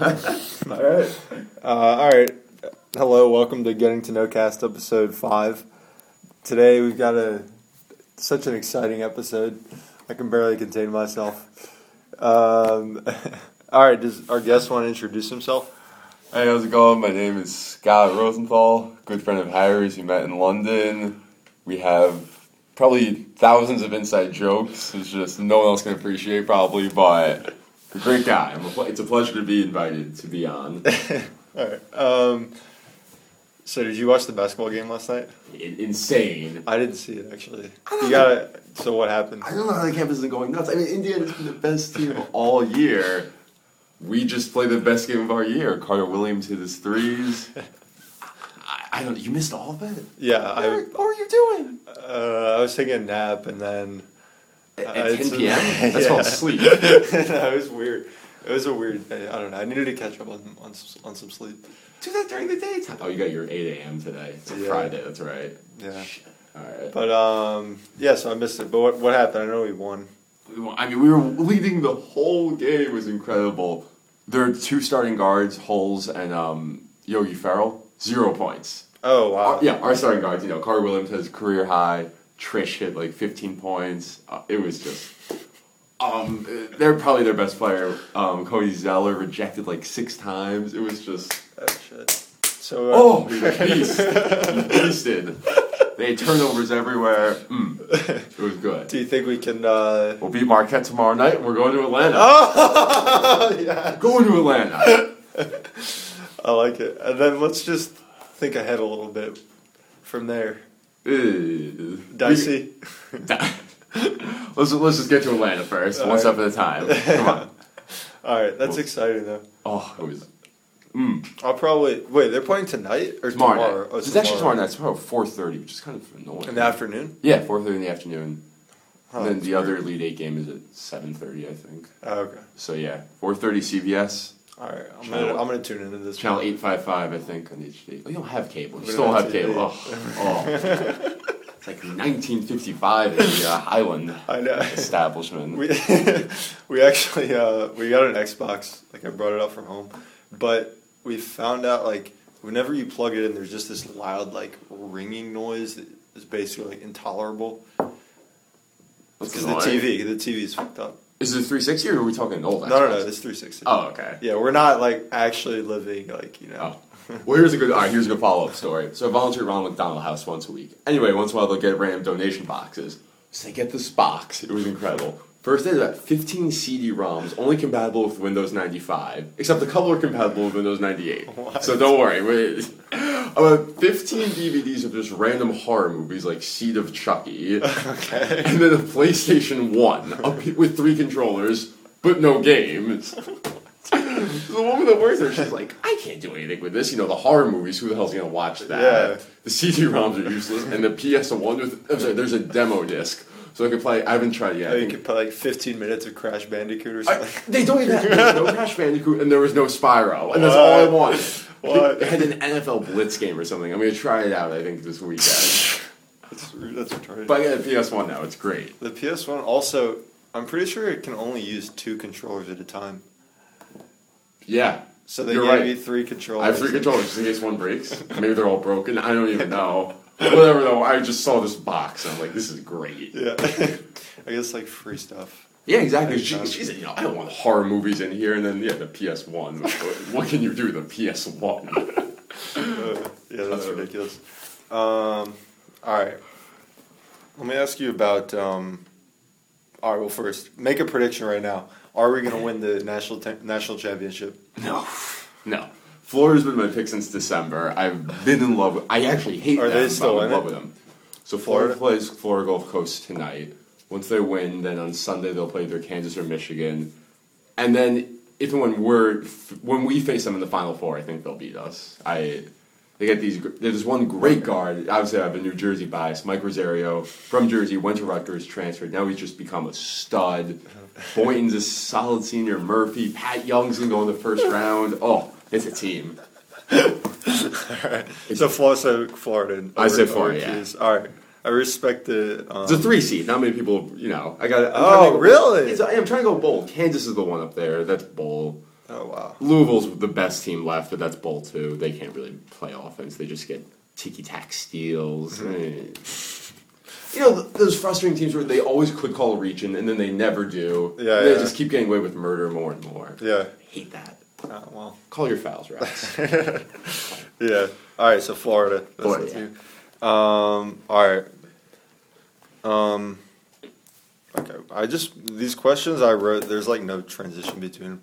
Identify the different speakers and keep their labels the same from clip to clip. Speaker 1: all right. Uh, all right. Hello, welcome to Getting to Know Cast episode five. Today we've got a such an exciting episode. I can barely contain myself. Um, all right, does our guest want to introduce himself?
Speaker 2: Hey, how's it going? My name is Scott Rosenthal, good friend of Harry's. We met in London. We have probably thousands of inside jokes. It's just no one else can appreciate, probably, but a great guy. I'm a ple- It's a pleasure to be invited to be on.
Speaker 1: All right. Um, so, did you watch the basketball game last night?
Speaker 2: I- insane.
Speaker 1: I didn't see it actually. You got to So, what happened?
Speaker 2: I don't know how the campus isn't going nuts. I mean, Indiana's been the best team of all year. We just played the best game of our year. Carter Williams hit his threes. I, I don't. You missed all of it.
Speaker 1: Yeah, Uh, I
Speaker 2: Eric, what were you doing?
Speaker 1: uh, I was taking a nap and then
Speaker 2: At,
Speaker 1: Uh, it's-
Speaker 2: 10 p.m. That's
Speaker 1: Yeah.
Speaker 2: called sleep.
Speaker 1: no, it was weird. It was a weird day. I don't know. I needed to catch up on on, s- on some sleep.
Speaker 2: Do that during the daytime. Oh, you got your 8 a.m. today. It's a
Speaker 1: Yeah.
Speaker 2: Friday. That's right.
Speaker 1: Yeah.
Speaker 2: All right.
Speaker 1: But um, yeah. So I missed it. But what what happened? I know we won.
Speaker 2: We won- I mean, we were leading the whole game. It was incredible. Their two starting guards, Holes and um, Yogi Ferrell, zero points.
Speaker 1: Oh wow.
Speaker 2: Our- yeah, our starting guards. You know, Carter Williams has career high. Trish hit like 15 points. Uh, it was just. Um, they're probably their best player. Um, Cody Zeller rejected like six times. It was just.
Speaker 1: Oh shit. So uh,
Speaker 2: Oh, he's a beast. He beasted. They had turnovers everywhere. Mm, it was good.
Speaker 1: do you think we can? Uh...
Speaker 2: We'll beat Marquette tomorrow night. We're going to Atlanta.
Speaker 1: Oh yeah.
Speaker 2: Going to Atlanta.
Speaker 1: I like it. And then let's just think ahead a little bit from there.
Speaker 2: Ew.
Speaker 1: Dicey.
Speaker 2: Eh. Let's, let's just get to Atlanta first, one step at a time. Come on.
Speaker 1: All right, that's exciting though.
Speaker 2: Oh, it was
Speaker 1: I'll probably wait. They're playing tonight or
Speaker 2: tomorrow.
Speaker 1: tomorrow?
Speaker 2: night.
Speaker 1: Oh,
Speaker 2: it's actually tomorrow night. It's about four thirty, which is kind of annoying.
Speaker 1: in the afternoon.
Speaker 2: Yeah, four thirty in the afternoon.
Speaker 1: Huh,
Speaker 2: and then
Speaker 1: that's
Speaker 2: the other Elite Eight game is at seven thirty, I think.
Speaker 1: Oh, okay.
Speaker 2: So yeah, four thirty CBS.
Speaker 1: All right. I'm
Speaker 2: Channel-
Speaker 1: gonna I'm gonna tune into this.
Speaker 2: Channel 855, I think, on HD. Oh, you don't have cable. You
Speaker 1: We
Speaker 2: still
Speaker 1: don't have
Speaker 2: don't have cable.
Speaker 1: TV.
Speaker 2: Oh, oh. It's like 1955 in the uh, Highland
Speaker 1: I know.
Speaker 2: establishment.
Speaker 1: We we actually uh, we got an Xbox. Like I brought it up from home, but we found out like whenever you plug it in, there's just this loud like ringing noise that is basically like, intolerable.
Speaker 2: What's
Speaker 1: Because the
Speaker 2: going on?
Speaker 1: TV, the TV is fucked up.
Speaker 2: Is it 360 or are we talking old?
Speaker 1: No, no,
Speaker 2: Xbox?
Speaker 1: no. It's 360.
Speaker 2: Oh, okay.
Speaker 1: Yeah, we're not like actually living like you know.
Speaker 2: Oh. Well, here's a good. All right, here's a good follow-up story. So, I volunteer around McDonald House once a week. Anyway, once in a while they'll get random donation boxes. So they get this box. It was incredible. First, they had about 15 CD-ROMs, only compatible with Windows 95, except a couple are compatible with Windows 98.
Speaker 1: What?
Speaker 2: So don't worry. Wait. About 15 DVDs of just random horror movies like Seed of Chucky,
Speaker 1: Okay.
Speaker 2: and then a PlayStation 1 a- with three controllers, but no games. The woman that works there, she's like, I can't do anything with this. You know, the horror movies, who the hell's gonna watch that?
Speaker 1: Yeah.
Speaker 2: The CD ROMs are useless, and the PS1 with, I'm sorry, there's a demo disc. So I could play, I haven't tried yet.
Speaker 1: Oh,
Speaker 2: I
Speaker 1: you
Speaker 2: think-
Speaker 1: could play like 15 minutes of Crash Bandicoot or
Speaker 2: I-
Speaker 1: something.
Speaker 2: they don't even have, there was no Crash Bandicoot, and there was no Spyro, and that's all I
Speaker 1: What?
Speaker 2: wanted.
Speaker 1: What?
Speaker 2: They had an NFL Blitz game or something. I'm gonna try it out, I think, this weekend.
Speaker 1: That's, that's retarded.
Speaker 2: but I got a PS1 now, it's great.
Speaker 1: The PS1 also, I'm pretty sure it can only use two controllers at a time.
Speaker 2: Yeah.
Speaker 1: So they
Speaker 2: You're
Speaker 1: gave
Speaker 2: right.
Speaker 1: you three controllers.
Speaker 2: I have three controllers just in case one breaks. Maybe they're all broken. I don't even know. Whatever though, I just saw this box and I'm like, this is great.
Speaker 1: Yeah. I guess like free stuff.
Speaker 2: Yeah, exactly. She, she said, you know, I don't want horror movies in here. And then yeah, the PS One. what can you do? with The PS One.
Speaker 1: Uh, yeah, that's
Speaker 2: Uh.
Speaker 1: ridiculous. Um, all right. Let me ask you about. Um, all right. Well, first, make a prediction right now. Are we going to win the national te- national championship?
Speaker 2: No, no. Florida's been my pick since December. I've been in love. With, I actually hate.
Speaker 1: Are
Speaker 2: them,
Speaker 1: they
Speaker 2: but
Speaker 1: still
Speaker 2: I'm
Speaker 1: in
Speaker 2: love
Speaker 1: it?
Speaker 2: with them? So Florida,
Speaker 1: Florida?
Speaker 2: plays Florida Gulf Coast tonight. Once they win, then on Sunday they'll play either Kansas or Michigan, and then if and when we're when we face them in the Final Four, I think they'll beat us. I. They get these. gr- There's one great guard. Obviously, I have a New Jersey bias. Mike Rosario from Jersey went to Rutgers, transferred. Now he's just become a stud. Boynton's a solid senior. Murphy, Pat Young's gonna go in the first round. Oh, it's a team.
Speaker 1: So Florida, so Florida.
Speaker 2: I said
Speaker 1: over- over
Speaker 2: Florida, yeah.
Speaker 1: Keys. All right. I respect the. Um,
Speaker 2: It's a three seed. Not many people, you know. I got.
Speaker 1: Oh, really?
Speaker 2: I'm trying to go bowl. Kansas is the one up there. That's bowl.
Speaker 1: Oh wow.
Speaker 2: Louisville's the best team left, but that's bowl two. They can't really play offense. They just get ticky tack steals. Mm-hmm. You know th- those frustrating teams where they always could call a reach in and then they never do.
Speaker 1: Yeah,
Speaker 2: they
Speaker 1: yeah.
Speaker 2: just keep getting away with murder more and more.
Speaker 1: Yeah.
Speaker 2: I hate that.
Speaker 1: Oh well.
Speaker 2: Call your fouls, Rex.
Speaker 1: Yeah. All right. So Florida. That's
Speaker 2: Florida,
Speaker 1: the team. Um. All right. Um. Okay. I just these questions I wrote. There's like no transition between them.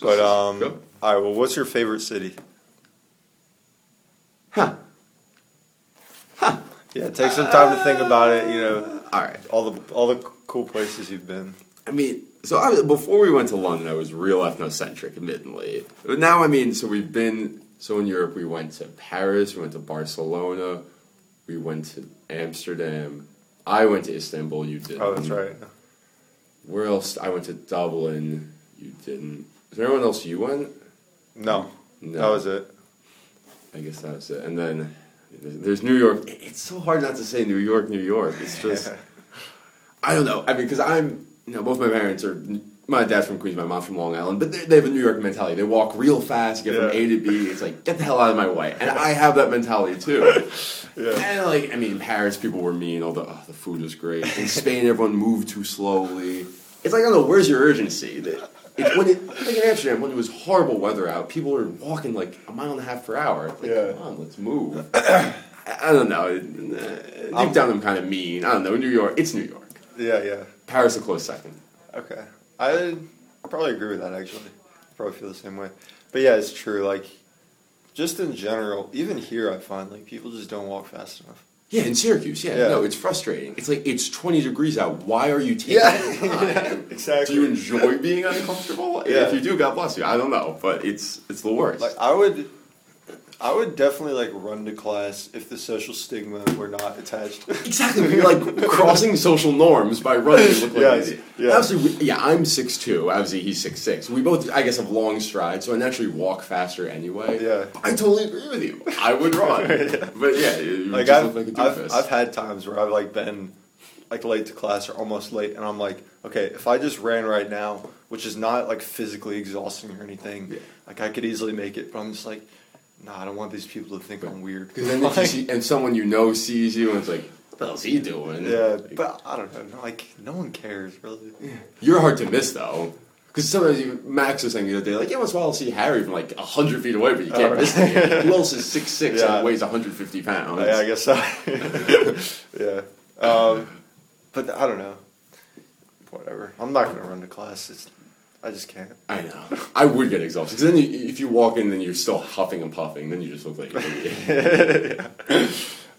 Speaker 1: But um.
Speaker 2: Go.
Speaker 1: All right. Well, what's your favorite city?
Speaker 2: huh.
Speaker 1: Yeah. Take some time to think about it. You know,
Speaker 2: All right.
Speaker 1: all the all the cool places you've been.
Speaker 2: I mean, so I, before we went to London, I was real ethnocentric, admittedly. But now, I mean, so we've been, so in Europe, we went to Paris, we went to Barcelona, we went to Amsterdam, I went to Istanbul, you didn't.
Speaker 1: Oh, that's right.
Speaker 2: Where else? I went to Dublin, you didn't. Is there anyone else you went?
Speaker 1: No.
Speaker 2: No.
Speaker 1: That was it.
Speaker 2: I guess that was it. And then there's there's New York. It- It's so hard not to say New York, New York. It's just, I don't know. I mean, because I'm, you know, both my parents are, my dad's from Queens, my mom's from Long Island, but they they have a New York mentality. They walk real fast, get from
Speaker 1: Yeah.
Speaker 2: A to B. It's like, get the hell out of my way. And I have that mentality too.
Speaker 1: Yeah.
Speaker 2: And like, I mean, in Paris, people were mean, although oh, the food was great. In Spain, everyone moved too slowly. It's like, I don't know, where's your urgency? The- It's when it, like in Amsterdam, when it was horrible weather out, people were walking like a mile and a half per hour. It's Like,
Speaker 1: Yeah.
Speaker 2: Come on, let's move. Um, I I don't know. uh, Deep
Speaker 1: I'm-
Speaker 2: down, I'm kind of mean. I don't know. New York, it's New York.
Speaker 1: Yeah. Yeah.
Speaker 2: Paris, a close second.
Speaker 1: Okay. I probably agree with that actually. Probably feel the same way. But yeah, it's true. Like just in general, even here I find like people just don't walk fast enough.
Speaker 2: Yeah, in Syracuse, yeah,
Speaker 1: Yeah.
Speaker 2: No, it's frustrating. It's like, it's 20 degrees out. Why are you taking the time? Do
Speaker 1: exactly.
Speaker 2: you enjoy being uncomfortable?
Speaker 1: Yeah.
Speaker 2: If you do, God bless you. I don't know, but it's it's the worst.
Speaker 1: like I would I would definitely like run to class if the social stigma were not attached.
Speaker 2: exactly, but you're like crossing social norms by running. You look like
Speaker 1: Yes,
Speaker 2: an idiot.
Speaker 1: yeah.
Speaker 2: Obviously, we, yeah, I'm 6'2", obviously he's 6'6". We both, I guess, have long strides, so I naturally walk faster anyway.
Speaker 1: Yeah.
Speaker 2: I totally agree with you. I would run. But yeah, you you
Speaker 1: like
Speaker 2: just
Speaker 1: I've,
Speaker 2: look like a doofus.
Speaker 1: I've, I've had times where I've like been like late to class or almost late and I'm like, okay, if I just ran right now, which is not like physically exhausting or anything,
Speaker 2: Yeah.
Speaker 1: like I could easily make it, but I'm just like, nah, I don't want these people to think I'm weird.
Speaker 2: because then if you see, and someone you know sees you and it's like, what the hell's he doing?
Speaker 1: yeah,
Speaker 2: Like,
Speaker 1: but I don't know, like no one cares really.
Speaker 2: You're hard to miss though. Because sometimes you, Max was saying the other day, like, yeah, once in a while I'll see Harry from like 100 feet away, but you can't
Speaker 1: Oh,
Speaker 2: miss him. Who else is 6'6
Speaker 1: Yeah.
Speaker 2: and weighs 150 pounds?
Speaker 1: Oh, Yeah, I guess so. yeah, um, but I don't know. Whatever. I'm not gonna run to class. It's I just can't.
Speaker 2: I know. I would get exhausted. Because then you, if you walk in, then you're still huffing and puffing, then you just look like an idiot.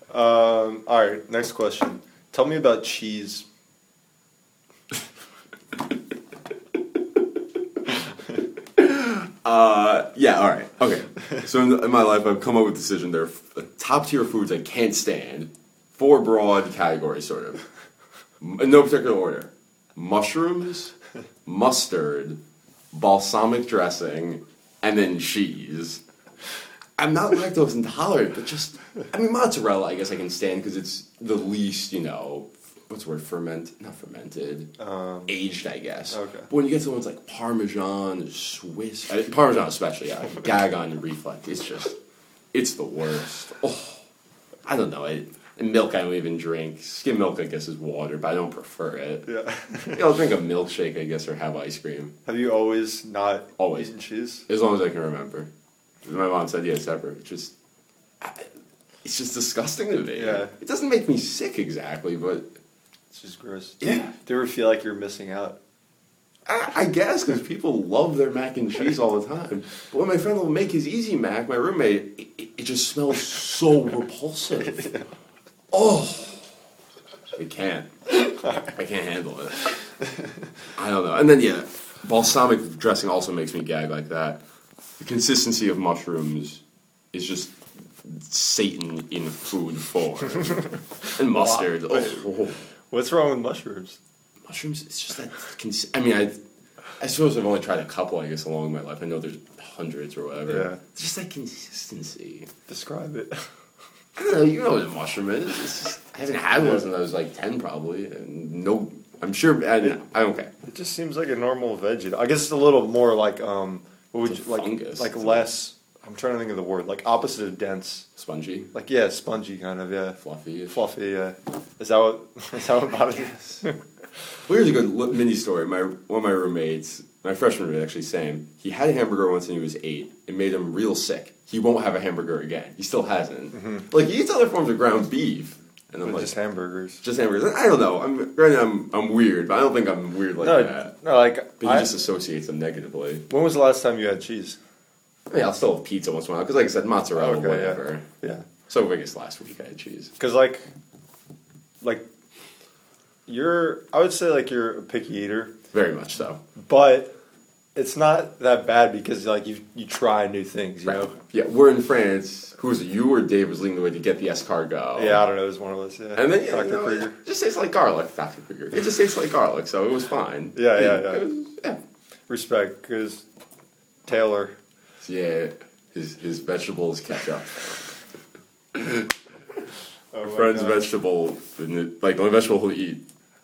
Speaker 1: Um, all right, next question. Tell me about cheese.
Speaker 2: uh, yeah, all right. Okay. So in, in my life, I've come up with a decision. There are top tier foods I can't stand. Four broad categories, sort of. M- In no particular order mushrooms, mustard, balsamic dressing, and then cheese. I'm not lactose intolerant, but just I mean mozzarella. I guess I can stand because it's the least you know. What's the word? Ferment? Not fermented.
Speaker 1: Um,
Speaker 2: aged, I guess.
Speaker 1: okay.
Speaker 2: But when you get to ones like Parmesan, Swiss, uh, Parmesan especially, yeah, I gag on your reflex. It's just, it's the worst. Oh, I don't know. I, and milk I don't even drink. Skim milk, I guess, is water, but I don't prefer it.
Speaker 1: Yeah.
Speaker 2: Yeah, I'll drink a milkshake, I guess, or have ice cream,
Speaker 1: Have you always not
Speaker 2: Always.
Speaker 1: eaten cheese?
Speaker 2: as long as I can remember. My mom said, yeah, it's separate. It's just, it's just disgusting to me.
Speaker 1: Yeah.
Speaker 2: It doesn't make me sick exactly, but
Speaker 1: It's just gross.
Speaker 2: Yeah.
Speaker 1: Do you ever feel like you're missing out?
Speaker 2: I, I guess because people love their mac and cheese all the time. But when my friend will make his easy mac, my roommate, it- it, it just smells so repulsive. Oh, I can't. I can't handle it. I don't know. And then yeah, balsamic dressing also makes me gag like that. The consistency of mushrooms is just Satan in food form. and mustard. oh.
Speaker 1: What's wrong with mushrooms?
Speaker 2: Mushrooms, it's just that. Cons- I mean, I, I suppose I've only tried a couple, I guess, along my life. I know there's hundreds or whatever.
Speaker 1: Yeah.
Speaker 2: It's just that consistency.
Speaker 1: Describe it.
Speaker 2: I don't know. You know what a mushroom is. It's just, I haven't had one since I was like ten, probably. And no, I'm sure. I, I don't care.
Speaker 1: It just seems like a normal veggie. I guess it's a little more like um, What would
Speaker 2: It's
Speaker 1: you,
Speaker 2: a
Speaker 1: like
Speaker 2: fungus.
Speaker 1: like
Speaker 2: It's a-
Speaker 1: less? I'm trying to think of the word. Like opposite of dense.
Speaker 2: Spongy,
Speaker 1: Like yeah, spongy kind of yeah.
Speaker 2: fluffy.
Speaker 1: Fluffy. Yeah. Is that what? Is that what body is?
Speaker 2: Well, here's a good li- mini story. My one of my roommates, my freshman roommate, actually, Sam. He had a hamburger once when he was eight. It made him real sick. He won't have a hamburger again. He still hasn't. Like he eats other forms of ground beef, and I'm
Speaker 1: With
Speaker 2: like
Speaker 1: just
Speaker 2: just,
Speaker 1: hamburgers.
Speaker 2: hamburgers. I don't know. I'm granted, I'm I'm weird, but I don't think I'm weird like
Speaker 1: No,
Speaker 2: that.
Speaker 1: no. Like
Speaker 2: But he
Speaker 1: I,
Speaker 2: just associates them negatively.
Speaker 1: when was the last time you had cheese?
Speaker 2: I mean, I'll still have pizza once in a while because, like I said, mozzarella,
Speaker 1: Okay, yeah.
Speaker 2: whatever.
Speaker 1: Yeah.
Speaker 2: So I guess last week I had cheese.
Speaker 1: Because like, like, you're. I would say like you're a picky eater,
Speaker 2: Very much so.
Speaker 1: but it's not that bad because like you you try new things. You know.
Speaker 2: Yeah, we're in France. Who was it? You or Dave was leading the way to get the escargot.
Speaker 1: Yeah, I don't know. It was one of those. Yeah.
Speaker 2: And then yeah,
Speaker 1: Dr.
Speaker 2: you know,
Speaker 1: Krieger.
Speaker 2: It just tastes like garlic, Dr. Krieger. It just tastes like garlic, so it was fine.
Speaker 1: Yeah, yeah, yeah.
Speaker 2: It was, yeah.
Speaker 1: Respect, because Taylor.
Speaker 2: So, yeah, his his vegetables catch up.
Speaker 1: Oh
Speaker 2: Oh My friend's vegetable, and it- like the only vegetable he'll eat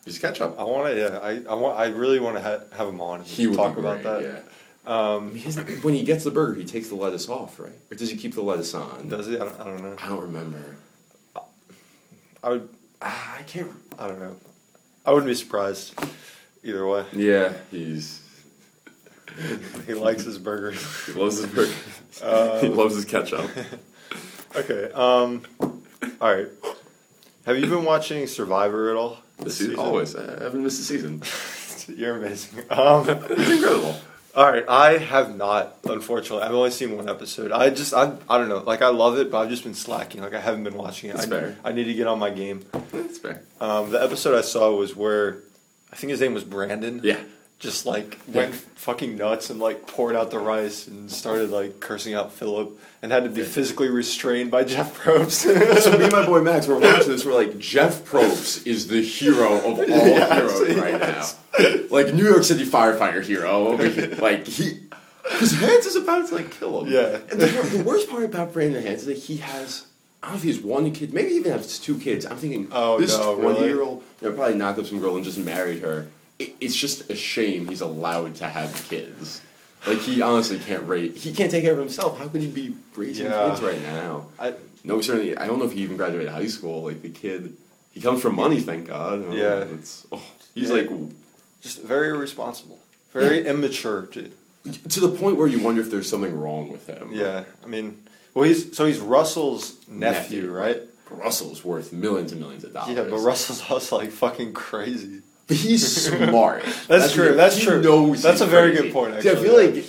Speaker 2: is ketchup.
Speaker 1: I want to. Yeah, I. I want. I really want to ha- have him on. and
Speaker 2: He would
Speaker 1: talk
Speaker 2: be
Speaker 1: about
Speaker 2: great,
Speaker 1: that.
Speaker 2: Yeah. Um, when he gets the burger, he takes the lettuce off, right? Or does he keep the lettuce on?
Speaker 1: Does he? I don't, I don't know.
Speaker 2: I don't remember.
Speaker 1: I would.
Speaker 2: Ah, I can't.
Speaker 1: I don't know. I wouldn't be surprised. Either way,
Speaker 2: Yeah, he's
Speaker 1: he likes his burgers.
Speaker 2: he loves his burger. Um, he loves his ketchup.
Speaker 1: Okay. Um. All right. Have you been watching Survivor at all?
Speaker 2: This season, always. I haven't missed a season.
Speaker 1: You're amazing. Um.
Speaker 2: It's incredible.
Speaker 1: All right. I have not. Unfortunately, I've only seen one episode. I just. I. I don't know. Like I love it, but I've just been slacking. Like I haven't been watching it.
Speaker 2: That's
Speaker 1: I,
Speaker 2: fair.
Speaker 1: I need to get on my game.
Speaker 2: That's fair.
Speaker 1: Um. The episode I saw was where, I think his name was Brandon.
Speaker 2: Yeah.
Speaker 1: Just like went fucking nuts and like poured out the rice and started like cursing out Philip and had to be physically restrained by Jeff Probst.
Speaker 2: So me and my boy Max were watching this. We're like, Jeff Probst is the hero of all
Speaker 1: Yes,
Speaker 2: heroes right now. Like New York City firefighter hero. over here. Like he, his hands is about to like kill him.
Speaker 1: Yeah.
Speaker 2: And the, wor- the worst part about Brandon Hands is that he has. I don't know if he's one kid, maybe even has two kids. I'm thinking,
Speaker 1: Oh,
Speaker 2: this
Speaker 1: no, really?
Speaker 2: 20 year old, you know, probably knocked up some girl and just married her. It, it's just a shame he's allowed to have kids. Like he honestly can't raise, he can't take care of himself. How could he be raising
Speaker 1: Yeah.
Speaker 2: kids right now?
Speaker 1: I,
Speaker 2: No, certainly. I don't know if he even graduated high school. Like the kid, he comes from money, thank God. Oh,
Speaker 1: Yeah.
Speaker 2: it's oh, he's
Speaker 1: Yeah.
Speaker 2: like
Speaker 1: just very irresponsible, very immature, dude.
Speaker 2: to the point where you wonder if there's something wrong with him.
Speaker 1: Yeah, I mean, well, he's so he's Russell's nephew,
Speaker 2: Nephew.
Speaker 1: right?
Speaker 2: Russell's worth millions and millions of dollars.
Speaker 1: Yeah, but Russell's also like fucking crazy.
Speaker 2: But he's smart.
Speaker 1: true,
Speaker 2: the-
Speaker 1: that's
Speaker 2: he
Speaker 1: true.
Speaker 2: knows
Speaker 1: That's
Speaker 2: he's
Speaker 1: a very
Speaker 2: crazy.
Speaker 1: good point,
Speaker 2: See, I
Speaker 1: actually,
Speaker 2: feel
Speaker 1: yeah.
Speaker 2: like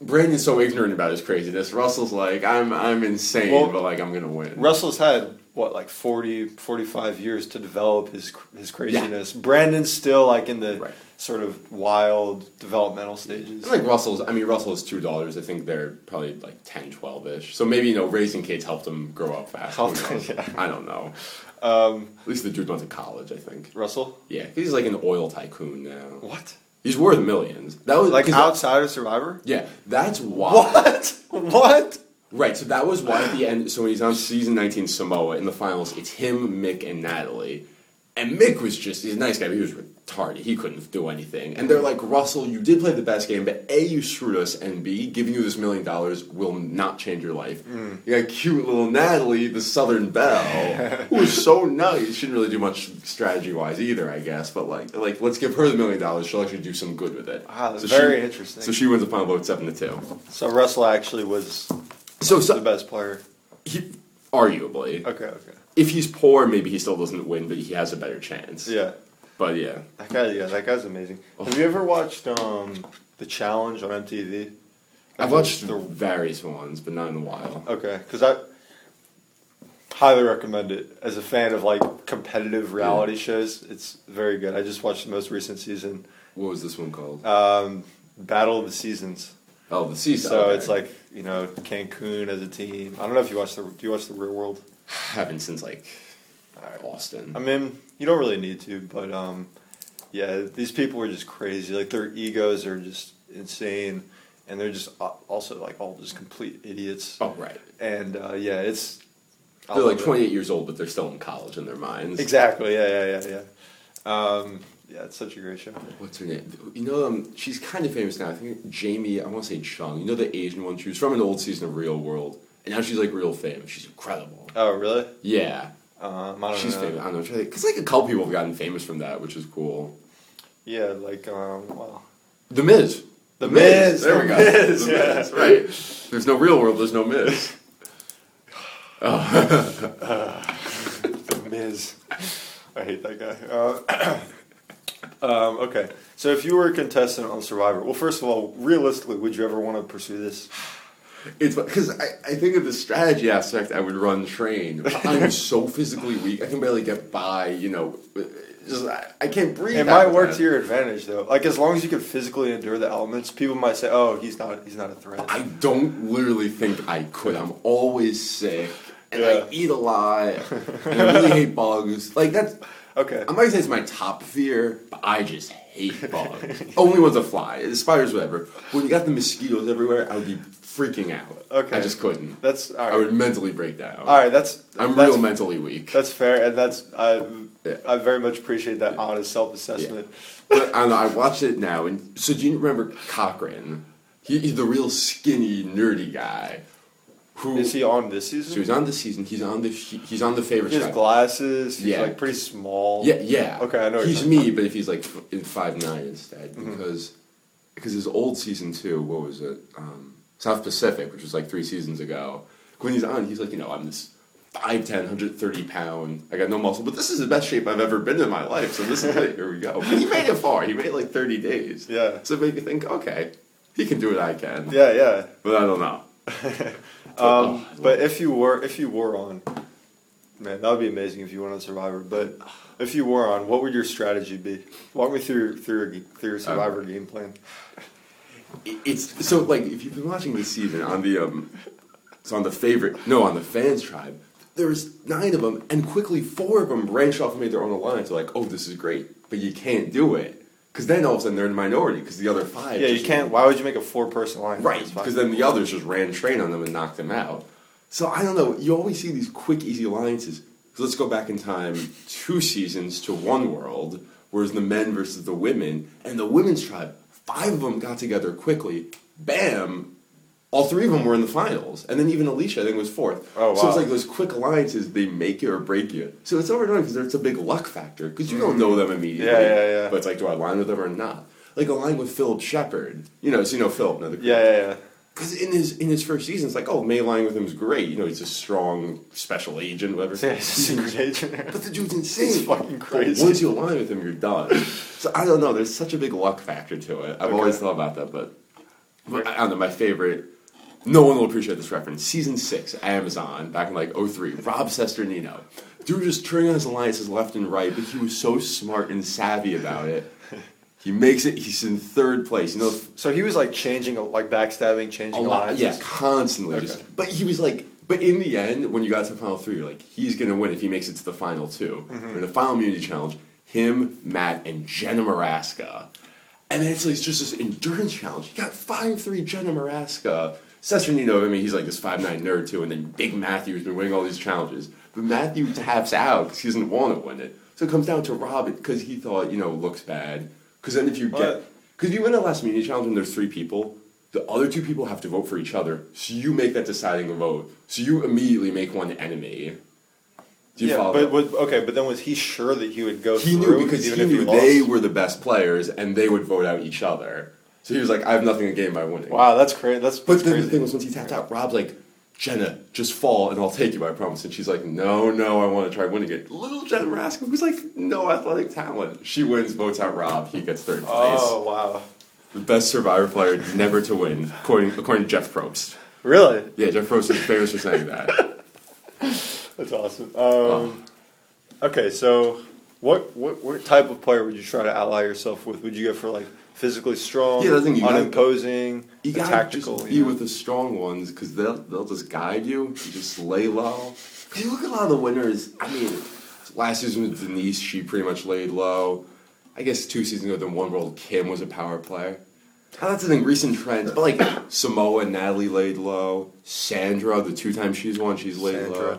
Speaker 2: Brandon's so ignorant about his craziness. Russell's like, I'm, I'm insane,
Speaker 1: Well,
Speaker 2: but like I'm gonna win.
Speaker 1: Russell's had what like 40, 45 years to develop his cr- his craziness. Brandon's still like in the
Speaker 2: Right.
Speaker 1: sort of wild developmental stages.
Speaker 2: I think Russell's, I mean, Russell's two daughters. I think they're probably like 10, 12 ish. So maybe, you know, raising kids helped them grow up fast. Who
Speaker 1: Helped,
Speaker 2: knows?
Speaker 1: yeah.
Speaker 2: I don't know.
Speaker 1: Um,
Speaker 2: At least the dude went to college, I think.
Speaker 1: Russell,
Speaker 2: Yeah, he's like an oil tycoon now.
Speaker 1: what?
Speaker 2: He's worth millions. That was
Speaker 1: Like
Speaker 2: 'cause-
Speaker 1: outside of Survivor?
Speaker 2: Yeah, that's why.
Speaker 1: What? What?
Speaker 2: Right, so that was why at the end. So when he's on season 19 Samoa in the finals, it's him, Mick, and Natalie. And Mick was just, he's a nice guy, but he was retarded. He couldn't do anything. And they're like, Russell, you did play the best game, but A, you screwed us, and B, giving you this million dollars will not change your life.
Speaker 1: Mm.
Speaker 2: You got cute little Natalie, the Southern Belle, who was so nice. She didn't really do much strategy wise either, I guess, but like, like let's give her the million dollars. She'll actually do some good with it.
Speaker 1: Wow, Ah, that's
Speaker 2: So
Speaker 1: very
Speaker 2: she-
Speaker 1: interesting.
Speaker 2: So she wins the final vote 7 to 2.
Speaker 1: So Russell actually was
Speaker 2: So,
Speaker 1: the
Speaker 2: so
Speaker 1: best player.
Speaker 2: he, arguably
Speaker 1: Okay, okay.
Speaker 2: if he's poor, maybe he still doesn't win, but he has a better chance.
Speaker 1: Yeah.
Speaker 2: But yeah.
Speaker 1: That guy, yeah, that guy's amazing. Have you ever watched um, the Challenge on MTV?
Speaker 2: I've watched
Speaker 1: the
Speaker 2: various ones, but not in a while.
Speaker 1: okay, because I highly recommend it as a fan of like competitive reality shows. It's very good. I just watched the most recent season,
Speaker 2: What was this one called?
Speaker 1: um, Battle of the Seasons.
Speaker 2: oh, the Seesaw.
Speaker 1: So
Speaker 2: okay.
Speaker 1: it's like you know Cancun as a team. I don't know if you watch the do you watch the Real World?
Speaker 2: haven't since like uh, Austin.
Speaker 1: I mean, you don't really need to, but um, yeah, these people are just crazy. Like their egos are just insane, and they're just uh, also like all just complete idiots.
Speaker 2: oh right.
Speaker 1: And uh, yeah, it's I
Speaker 2: They're like
Speaker 1: love it.
Speaker 2: 28 years old, but they're still in college in their minds.
Speaker 1: Exactly. Yeah, yeah, yeah, yeah. Um, Yeah, it's such a great show.
Speaker 2: What's her name? You know, um, she's kind of famous now. I think Jamie, I want to say Chung. You know the Asian one? She was from an old season of Real World, and now she's like real famous. She's incredible.
Speaker 1: Oh, really?
Speaker 2: Yeah,
Speaker 1: Um, I don't
Speaker 2: she's
Speaker 1: know.
Speaker 2: famous. I don't know because like a couple people have gotten famous from that, which is cool.
Speaker 1: Yeah, like um, wow.
Speaker 2: The Miz.
Speaker 1: The Miz,
Speaker 2: There we
Speaker 1: The
Speaker 2: go.
Speaker 1: Miz,
Speaker 2: the
Speaker 1: yeah.
Speaker 2: Miz. Right. There's no Real World. There's no Miz.
Speaker 1: The Miz. I hate that guy. Uh, um, okay, so if you were a contestant on Survivor, well, first of all, realistically, would you ever want to pursue this?
Speaker 2: It's because I, I think of the strategy aspect, I would run train. I'm so physically weak. I can barely get by, you know. Just, I, I can't breathe.
Speaker 1: It might
Speaker 2: after
Speaker 1: work
Speaker 2: that.
Speaker 1: to your advantage, though. Like as long as you can physically endure the elements, people might say, "Oh, he's not, he's not a threat."
Speaker 2: I don't literally think I could. I'm always sick. And
Speaker 1: Yeah.
Speaker 2: I eat a lot. And I really hate bugs. Like, that's.
Speaker 1: Okay,
Speaker 2: I'm not gonna say it's my top fear, but I just hate bugs. Only one's a fly, the spiders, whatever. When you got the mosquitoes everywhere, I would be freaking out.
Speaker 1: Okay.
Speaker 2: I just couldn't.
Speaker 1: that's all
Speaker 2: I
Speaker 1: right.
Speaker 2: would mentally break down.
Speaker 1: All right, that's
Speaker 2: I'm
Speaker 1: that's,
Speaker 2: real mentally weak.
Speaker 1: That's fair, and that's I.
Speaker 2: Yeah.
Speaker 1: I very much appreciate that honest self-assessment.
Speaker 2: But I don't know. I watched it now, and so do you remember Cochran? He, he's the real skinny, nerdy guy. Who
Speaker 1: Is he on this season?
Speaker 2: So he's on the season. He's on the he- he's on the favorite.
Speaker 1: He has
Speaker 2: side.
Speaker 1: glasses. He's
Speaker 2: Yeah.
Speaker 1: like pretty small.
Speaker 2: Yeah, yeah.
Speaker 1: Okay, I know what
Speaker 2: He's
Speaker 1: you're talking Mm-hmm.
Speaker 2: me, but if he's like f- in five nine instead, because because his old season two, what was it? Um, South Pacific, which was like three seasons ago. When he's on, he's like, you know, I'm this 5'10", 130 pound. I got no muscle, but this is the best shape I've ever been in my life. So this is it. Here we go. But he made it far. He made it like thirty days.
Speaker 1: Yeah.
Speaker 2: So it made me think, okay, he can do what I can.
Speaker 1: Yeah, yeah.
Speaker 2: But I don't know. oh,
Speaker 1: Um, but if you were if you were on, man, that would be amazing if you went on Survivor. But if you were on, what would your strategy be? Walk me through through a, g- through your
Speaker 2: Uh,
Speaker 1: Survivor game plan.
Speaker 2: It- it's so like if you've been watching this season on the um, it's on the favorite no on the fans tribe. There's nine of them, and quickly four of them branched off and made their own alliance. They're like, oh, this is great, but you can't do it because then all of a sudden they're in the minority because the other five.
Speaker 1: Yeah, you
Speaker 2: just-
Speaker 1: can't. Why would you make a four person line?
Speaker 2: Right,
Speaker 1: It's fine.
Speaker 2: because then the others just ran train on them and knocked them out. So I don't know. You always see these quick, easy alliances. So let's go back in time two seasons to one world, whereas the men versus the women, and the women's tribe, five of them got together quickly. Bam! All three of them were in the finals, and then even Alicia, I think, was fourth.
Speaker 1: Oh,
Speaker 2: So it's
Speaker 1: wow.
Speaker 2: like those quick alliances, they make you or break you. So it's overdone because it's a big luck factor because you don't know them immediately.
Speaker 1: Yeah, yeah, yeah.
Speaker 2: But it's like, do I align with them or not? Like align with Philip Shepard, you know, so you know Philip, another
Speaker 1: Yeah, yeah, yeah.
Speaker 2: because in his in his first season, it's like, oh, May lying with him is great. You know, he's a strong special agent, whatever.
Speaker 1: Yeah, it's a secret agent.
Speaker 2: But the dude's insane.
Speaker 1: It's fucking
Speaker 2: But
Speaker 1: crazy.
Speaker 2: once you align with him, you're done. so I don't know. There's such a big luck factor to it. I've
Speaker 1: Okay.
Speaker 2: always thought about that, but but I don't know. My favorite. No one will appreciate this reference. Season six, Amazon, back in like 03, Rob Sesternino. Dude just turning on his alliances left and right, but he was so smart and savvy about it. He makes it. He's in third place. You know,
Speaker 1: So he was like changing, like backstabbing, changing
Speaker 2: a lot,
Speaker 1: lines.
Speaker 2: yeah, constantly.
Speaker 1: Okay.
Speaker 2: Just, but he was like, but in the end, when you got to the final three, you're like, he's gonna win if he makes it to the final 2 In the final immunity challenge, him, Matt, and Jenna Maraska, and then it's, like, it's just this endurance challenge. You got five three Jenna Maraska. Cesarino, I mean, he's like this five nine nerd too, and then Big Matthew's been winning all these challenges, but Matthew taps out because he doesn't want to win it. So it comes down to Robin because he thought, you know, looks bad. Because then if you
Speaker 1: What?
Speaker 2: get because you win that last mini challenge and there's three people, the other two people have to vote for each other. So you make that deciding vote. So you immediately make one enemy. Do you
Speaker 1: Yeah,
Speaker 2: follow?
Speaker 1: but was, okay, but then was he sure that he would go
Speaker 2: he
Speaker 1: through?
Speaker 2: knew because
Speaker 1: even
Speaker 2: he
Speaker 1: if
Speaker 2: knew they
Speaker 1: lost?
Speaker 2: were the best players and they would vote out each other. So he was like, I have nothing to gain by winning.
Speaker 1: Wow, that's crazy. That's,
Speaker 2: But
Speaker 1: that's
Speaker 2: then
Speaker 1: crazy.
Speaker 2: the thing was, once he tapped out, Rob's like, Jenna, just fall and I'll take you, I promise. And she's like, No, no, I want to try winning it. Little Jenna Raskin, who's like no athletic talent, she wins, votes out Rob, he gets third place.
Speaker 1: oh wow,
Speaker 2: The best survivor player never to win, according, according to Jeff Probst.
Speaker 1: really?
Speaker 2: Yeah, Jeff Probst is famous for saying that.
Speaker 1: That's awesome. Um, Okay, so what, what what type of player would you try to ally yourself with? Would you go for like physically strong,
Speaker 2: Yeah, that's the thing, you gotta-
Speaker 1: unimposing,
Speaker 2: You
Speaker 1: and
Speaker 2: gotta
Speaker 1: tactical?
Speaker 2: just be
Speaker 1: you know?
Speaker 2: with the strong ones because they'll, they'll just guide you. You just lay low. 'Cause you look at a lot of the winners. I mean, last season with Denise, she pretty much laid low. I guess two seasons ago, then One World Kim was a power player. Now, that's the thing, recent trends. But like Samoa and Natalie laid low. Sandra, the two times she's won, she's laid
Speaker 1: Sandra.
Speaker 2: low.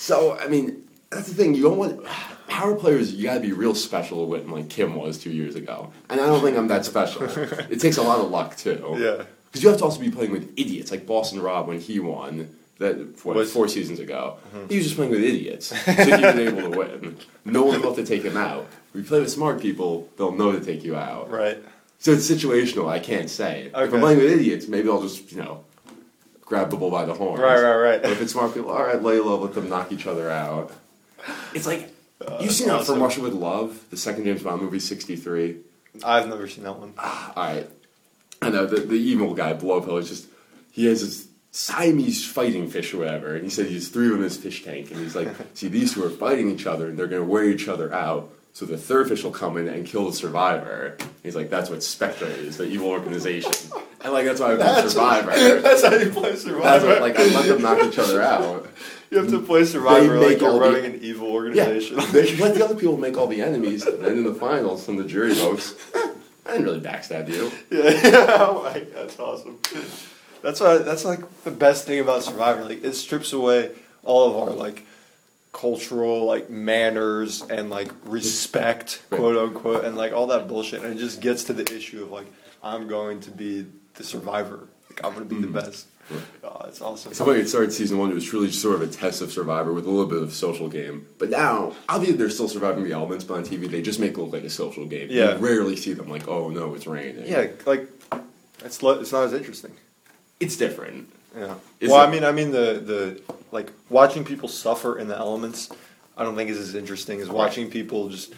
Speaker 2: So, I mean, that's the thing. You don't want power players. You got to be real special when like Kim was two years ago, and I don't think I'm that special. it takes a lot of luck too.
Speaker 1: Yeah.
Speaker 2: because you have to also be playing with idiots like Boston Rob when he won. That what,
Speaker 1: Was- Uh-huh.
Speaker 2: four seasons ago, he was just playing with idiots, so he was able to win. No one thought to take him out. If you play with smart people, they'll know to take you out.
Speaker 1: Right.
Speaker 2: So it's situational. I can't say. If
Speaker 1: Okay.
Speaker 2: I'm playing with idiots, maybe I'll just you know grab the bull by the horns.
Speaker 1: Right, right, right.
Speaker 2: But if it's smart people, all right, lay low, let them knock each other out. It's like you've seen that
Speaker 1: Uh, awesome.
Speaker 2: from Russia with Love, the second James Bond movie, '63.
Speaker 1: I've never seen that one.
Speaker 2: All right, I know the the evil guy Blowpill is just he has his. Siamese fighting fish or whatever, and he said he has three of them in his fish tank, and he's like, "See, these two are fighting each other, and they're going to wear each other out. So the third fish will come in and kill the survivor." he's like, "That's what Spectre is, the evil organization." And like that's why I'm a survivor.
Speaker 1: That's how you play Survivor.
Speaker 2: That's what, like I let them knock each other out.
Speaker 1: you have to play Survivor
Speaker 2: make
Speaker 1: like you're
Speaker 2: all the-
Speaker 1: running an evil
Speaker 2: Yeah,
Speaker 1: organization.
Speaker 2: they let the other people make all the enemies, and then in the finals, when the jury votes, "Eh, I didn't really backstab you.
Speaker 1: Yeah, like, that's awesome. That's why. That's like the best thing about Survivor. Like it strips away all of our like cultural like manners and like respect,
Speaker 2: Right.
Speaker 1: quote unquote, and like all that bullshit, and it just gets to the issue of like I'm going to be the survivor. Like I'm going to be the best. Oh, it's awesome.
Speaker 2: Mm-hmm. So when it started season one, it was truly just sort of a test of Survivor with a little bit of social game. But now, obviously, they're still surviving the elements, but on TV, they just make it look like a social game.
Speaker 1: Yeah.
Speaker 2: You rarely see them like, oh no, it's raining.
Speaker 1: yeah, like it's lo- it's not as interesting.
Speaker 2: It's different.
Speaker 1: Yeah.
Speaker 2: Is
Speaker 1: well,
Speaker 2: it-
Speaker 1: I mean, I mean the the like watching people suffer in the elements. I don't think is as interesting as watching people just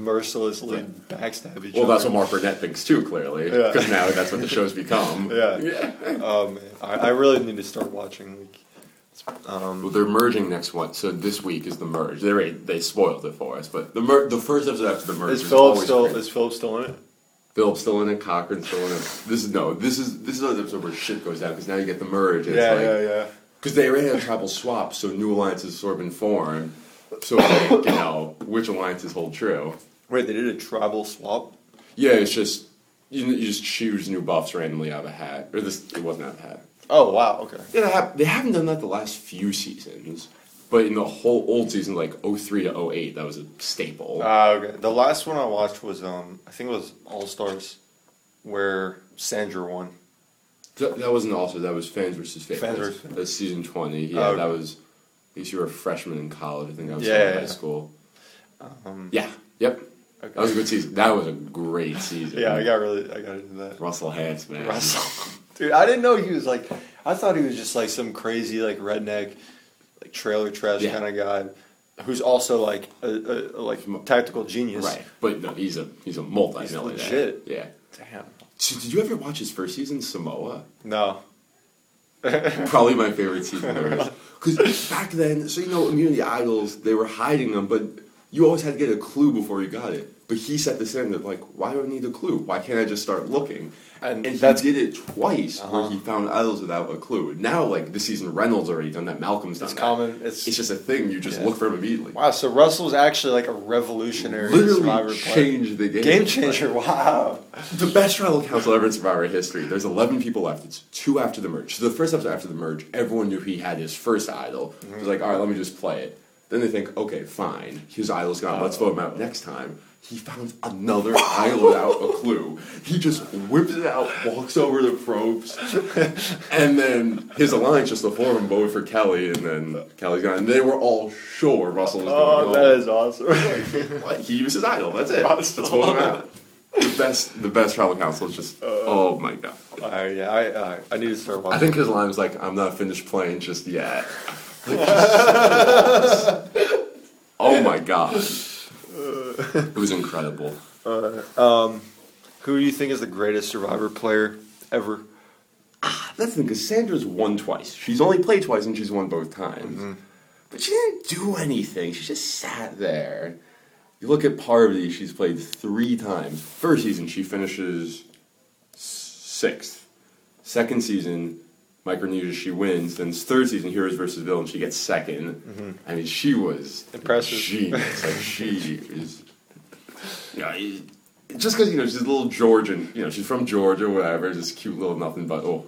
Speaker 1: mercilessly backstab each
Speaker 2: Well,
Speaker 1: other.
Speaker 2: that's what Mark Burnett thinks too, clearly.
Speaker 1: Yeah.
Speaker 2: Because now that's what the show's become.
Speaker 1: Yeah. Oh man, I, I really need to start watching. Like, um,
Speaker 2: Well, they're merging next one, so this week is the merge. They already- they spoiled it for us, but the mer- the first episode after the merge
Speaker 1: is
Speaker 2: is
Speaker 1: Philip
Speaker 2: always
Speaker 1: still
Speaker 2: great.
Speaker 1: is Philip still in it?
Speaker 2: Philip's still in it, Cochran's still in it. This is no, this is this is another episode where shit goes down because now you get the merge. And it's like,
Speaker 1: yeah.
Speaker 2: Because they already had tribal swaps, so new alliances sort of been formed. So like, you know which alliances hold true.
Speaker 1: Wait, they did a tribal swap.
Speaker 2: Yeah, it's just you, you just choose new buffs randomly out of a hat, or this it wasn't out of a hat.
Speaker 1: Oh wow, okay.
Speaker 2: Yeah, they, have, they haven't done that the last few seasons, but in the whole old season, like 03 to 08, that was a staple.
Speaker 1: Ah, okay. The last one I watched was um, I think it was All Stars, where Sandra won.
Speaker 2: Th- that wasn't also that was fans versus fans.
Speaker 1: Fans versus Fans.
Speaker 2: That's season 20. Yeah,
Speaker 1: Oh, okay.
Speaker 2: that was. At least you were a freshman in college. I think I was
Speaker 1: Yeah,
Speaker 2: still in
Speaker 1: yeah,
Speaker 2: high
Speaker 1: yeah. Um.
Speaker 2: school. yeah. Yep.
Speaker 1: Okay.
Speaker 2: That was a good season. That was a great season.
Speaker 1: Yeah, I got really, I got into that.
Speaker 2: Russell Hance, man.
Speaker 1: Russell, dude, I didn't know he was like. I thought he was just like some crazy like redneck, like trailer trash
Speaker 2: Yeah.
Speaker 1: kind of guy, who's also like a, a, a, like tactical genius.
Speaker 2: Right. But no, he's a he's a multi-millionaire.
Speaker 1: He's legit.
Speaker 2: Yeah.
Speaker 1: Damn.
Speaker 2: So did you ever watch his first season, Samoa?
Speaker 1: No.
Speaker 2: Probably my favorite season ever. Because back then, so you know, Immunity Idols, they were hiding them, but you always had to get a clue before you got it. But he set the standard, like, why do I need a clue? Why can't I just start looking?
Speaker 1: And
Speaker 2: And,
Speaker 1: that's-
Speaker 2: he did it twice
Speaker 1: Uh-huh.
Speaker 2: where he found idols without a clue. Now, like, this season, Reynolds already done that, Malcolm's done
Speaker 1: It's
Speaker 2: that.
Speaker 1: common. It's,
Speaker 2: It's just a thing, you just
Speaker 1: Yeah.
Speaker 2: look for him immediately.
Speaker 1: wow. So Russell's actually like a revolutionary survivor
Speaker 2: Literally
Speaker 1: player.
Speaker 2: changed the game.
Speaker 1: game changer. Wow.
Speaker 2: The best tribal council ever in Survivor history. There's 11 people left. It's two after the merge. So the first episode after the merge, everyone knew he had his first idol. It was like, all right, let me just play it. Then they think, okay, fine, his idol's gone. Let's vote him out next time. He found another idol without a clue. He just whips it out, walks over the probes, and then his alliance just the four of them voted for Kelly, and then Kelly's gone. And they were all sure Russell was going
Speaker 1: Oh,
Speaker 2: home.
Speaker 1: that is awesome.
Speaker 2: Like, he was his idol. That's it.
Speaker 1: That's
Speaker 2: That's all about. The best, the best travel counsel is just. oh my god!
Speaker 1: Uh, yeah, I, uh, I need to start
Speaker 2: I
Speaker 1: watching.
Speaker 2: think his line was like, "I'm not finished playing just yet." oh my god! It was incredible.
Speaker 1: Who do you think is the greatest survivor player ever?
Speaker 2: That's the thing, because Sandra's won twice. She's only played twice, and she's won both times. But she didn't do anything. She just sat there. You look at Parvati; she's played three times. First season, she finishes s- sixth. Second season, Micronesia, she wins. Then third season, Heroes versus Villains, she gets 2nd I mean, she was
Speaker 1: Mm-hmm. Impressive.
Speaker 2: Genius, like she is. Yeah, it- just because you know she's a little Georgian, you know she's from Georgia, whatever. Just cute little nothing, but oh,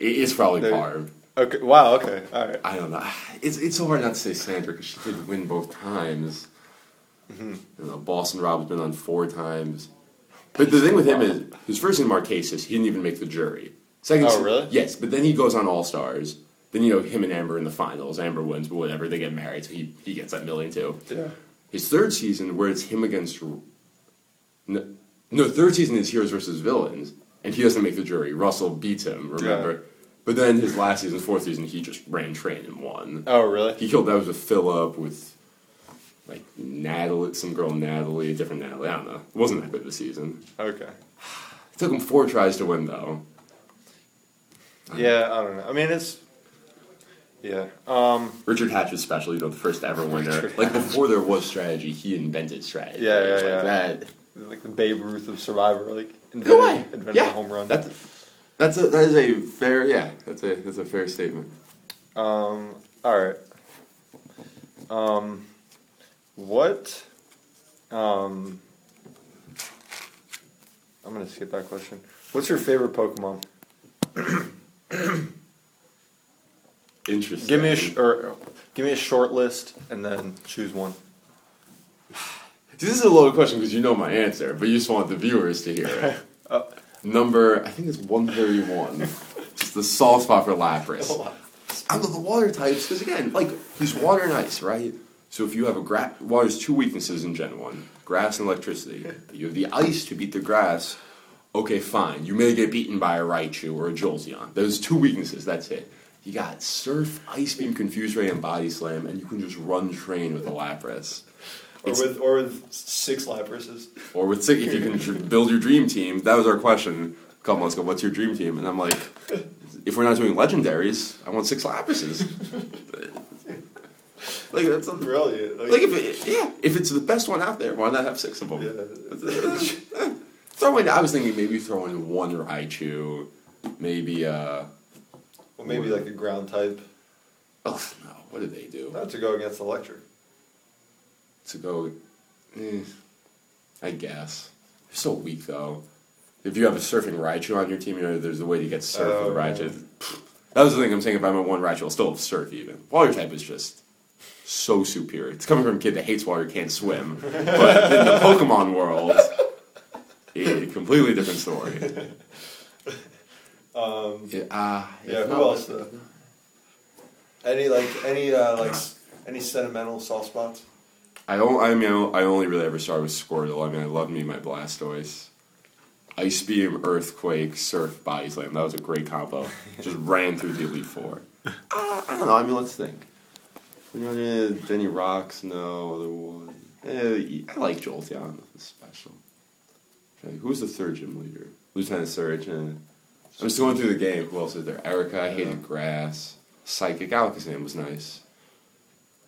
Speaker 2: it is probably
Speaker 1: There-
Speaker 2: Parv.
Speaker 1: Okay. Wow. Okay. All right.
Speaker 2: I don't know. It's it's so hard not to say Sandra because she did win both times.
Speaker 1: Mm-hmm.
Speaker 2: You know, Boston Rob's been on four times. But the thing with him is, his first in Marquesas, he didn't even make the jury. Second,
Speaker 1: Oh, really?
Speaker 2: Yes, but then he goes on All Stars. Then you know him and Amber in the finals. Amber wins, but whatever, they get married, so he he gets that million too.
Speaker 1: Yeah.
Speaker 2: His third season, where it's him against. No, no, third season is heroes versus villains, and he doesn't make the jury. Russell beats him, remember?
Speaker 1: Yeah.
Speaker 2: But then his last season, fourth season, he just ran train and won.
Speaker 1: Oh, really?
Speaker 2: He killed that was a fill up with like Natalie, some girl Natalie, different Natalie. I don't know. It wasn't that good of a season.
Speaker 1: Okay.
Speaker 2: It took him four tries to win though.
Speaker 1: Yeah. I don't know. I mean, it's. Yeah. Um.
Speaker 2: Richard Hatch, especially, you know, the first ever winner.
Speaker 1: Richard
Speaker 2: Like before there was strategy, he invented strategy.
Speaker 1: Yeah,
Speaker 2: It's
Speaker 1: yeah,
Speaker 2: like
Speaker 1: yeah.
Speaker 2: That
Speaker 1: Like the Babe Ruth of Survivor, like invented,
Speaker 2: Go away.
Speaker 1: invented
Speaker 2: yeah.
Speaker 1: the home run.
Speaker 2: That's that's a that is a fair yeah. That's a that's a fair statement.
Speaker 1: Um. All right. Um. What? Um. I'm gonna skip that question. What's your favorite Pokemon?
Speaker 2: Interesting.
Speaker 1: Give me a sh- or give me a short list and then choose one.
Speaker 2: See, this is a loaded question because you know my answer, but you just want the viewers to hear it. Number, I think it's 131. Just the soft spot for Lapras. Out of the water types, because again, like, he's water and ice, right? So if you have a grass, well, there's two weaknesses in Gen 1 grass and electricity. You have the ice to beat the grass. Okay, fine. You may get beaten by a Raichu or a Jolteon. Those two weaknesses, that's it. You got Surf, Ice Beam, Confuse Ray, and Body Slam, and you can just run train with a Lapras.
Speaker 1: Or with or with six Lapras.
Speaker 2: or with Sig, if you can tr- build your dream team. That was our question a couple months ago. What's your dream team? And I'm like, if we're not doing legendaries, I want six Lapises. like that's a, like
Speaker 1: Brilliant.
Speaker 2: if it, yeah, if it's the best one out there, why not have six of them? throw in. I was thinking maybe throw in one Raichu, maybe uh.
Speaker 1: Well, maybe like a ground type.
Speaker 2: Oh no! What did they do?
Speaker 1: Not to go against Electric.
Speaker 2: to go. Eh, I guess. They're so weak though. If you have a surfing Raichu on your team, you know there's a way to get surf
Speaker 1: Oh,
Speaker 2: with Raichu.
Speaker 1: yeah.
Speaker 2: Pfft. That was the thing I'm saying. If I'm a one Raichu, I'll still have surf even. Water type is just so superior. It's coming from a kid that hates water, can't swim. But in the Pokemon world, a completely different story.
Speaker 1: Um,
Speaker 2: Yeah, uh,
Speaker 1: Yeah,
Speaker 2: if
Speaker 1: who
Speaker 2: not-
Speaker 1: else, though? any like any uh, like any sentimental soft spots?
Speaker 2: I don't. I mean, I only really ever started with Squirtle. I mean, I love me my Blastoise. Ice Beam, Earthquake, Surf, Body Slam. That was a great combo. Just ran through the Elite Four. Uh, I don't know. I mean, let's think. You know, eh, Jenny Rocks, no other one. Eh, I like Jolteon. It's special. Okay, who was the third gym leader? Lieutenant Surge. eh. I'm just going through the game. Who else is there? Erica. I hated Grass. Psychic Alakazam was nice.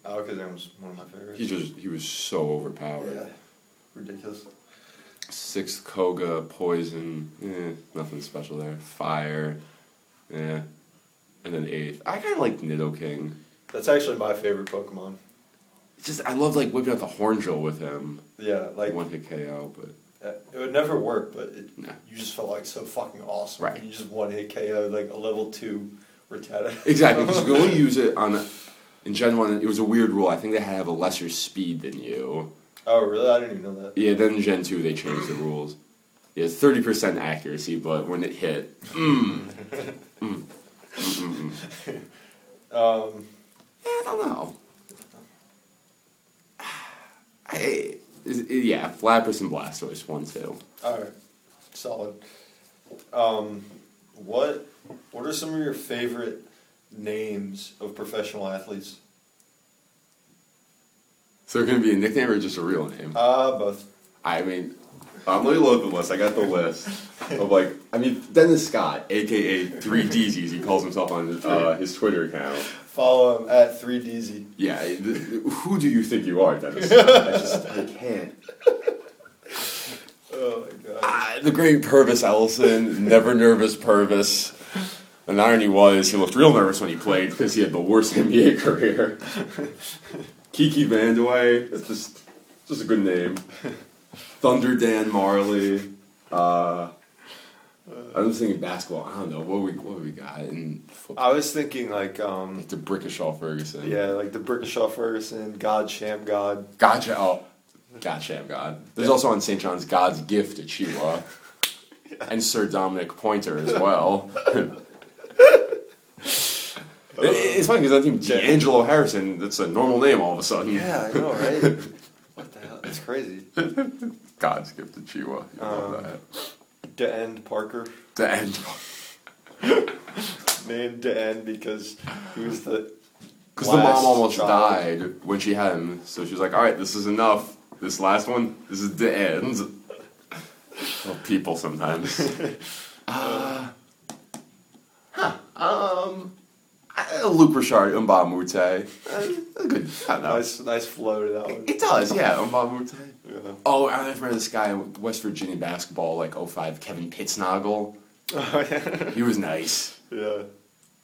Speaker 1: Alakazam was Oh, one of my favorites.
Speaker 2: He just he was so overpowered.
Speaker 1: yeah, ridiculous.
Speaker 2: Sixth Koga, Poison, eh, nothing special there. Fire, eh. And then eighth, I kind of like Nidoking.
Speaker 1: That's actually my favorite Pokemon.
Speaker 2: It's just, I love like whipping out the horn drill with him.
Speaker 1: Yeah, like
Speaker 2: One hit KO, but
Speaker 1: uh, it would never work, but it,
Speaker 2: No.
Speaker 1: you just felt like so fucking awesome.
Speaker 2: Right.
Speaker 1: You just one hit KO like a level two Rattata.
Speaker 2: exactly because you can only use it on in Gen One. It was a weird rule. I think they had to have a lesser speed than you.
Speaker 1: oh, really? I didn't even know that.
Speaker 2: Yeah, then in Gen Two they changed the rules. Yeah, thirty percent accuracy, but when it hit,
Speaker 1: Um,
Speaker 2: Yeah, eh, I don't know. I, is- yeah, Lapras and Blastoise, one, two.
Speaker 1: all right, solid. Um, what What are some of your favorite names of professional athletes?
Speaker 2: So they're going to be a nickname or just a real name?
Speaker 1: Ah, both.
Speaker 2: I mean, um, let me load the list. I got the list of like, I mean, Dennis Scott, aka 3DZs, he calls himself on uh, his Twitter account.
Speaker 1: Follow him at three DZ.
Speaker 2: Yeah, th- th- who do you think you are, Dennis? I just, I can't.
Speaker 1: Oh my god.
Speaker 2: Ah, the great Purvis Ellison, never nervous Purvis. And the irony was, he looked real nervous when he played because he had the worst NBA career. Kiki Vandeweghe, that's just, just a good name. Thunder Dan Marley. Uh, I was thinking basketball. I don't know what we what we got in football.
Speaker 1: I was thinking like, um,
Speaker 2: It's a Brickishaw Ferguson.
Speaker 1: yeah, like the Brickishaw Ferguson, God, Sham God.
Speaker 2: Gotcha. Oh, gotcha. God. There's also on St. John's God's Gift at Chihuahua. And Sir Dominic Pointer as well. It- it's funny because I think D'Angelo Harrison, that's a normal name all of a sudden.
Speaker 1: Yeah, I know, right? what the hell? That's crazy.
Speaker 2: God's Gift at Chihuahua. You love that.
Speaker 1: To end Parker,
Speaker 2: D'Angelo.
Speaker 1: named to end because he was the.
Speaker 2: Because the
Speaker 1: last
Speaker 2: mom almost
Speaker 1: child.
Speaker 2: died when she had him, so she was like, "All right, this is enough. This last one, this is the end." well, people sometimes. uh, huh. Um, uh, Luke Richard, Umba Mute. Uh, good. I know.
Speaker 1: Nice, nice flow to that one.
Speaker 2: It does, yeah. Umba Mute.
Speaker 1: Yeah.
Speaker 2: Oh, I remember this guy, West Virginia basketball, like 05, Kevin Pittsnoggle.
Speaker 1: Oh, yeah.
Speaker 2: He was nice.
Speaker 1: yeah.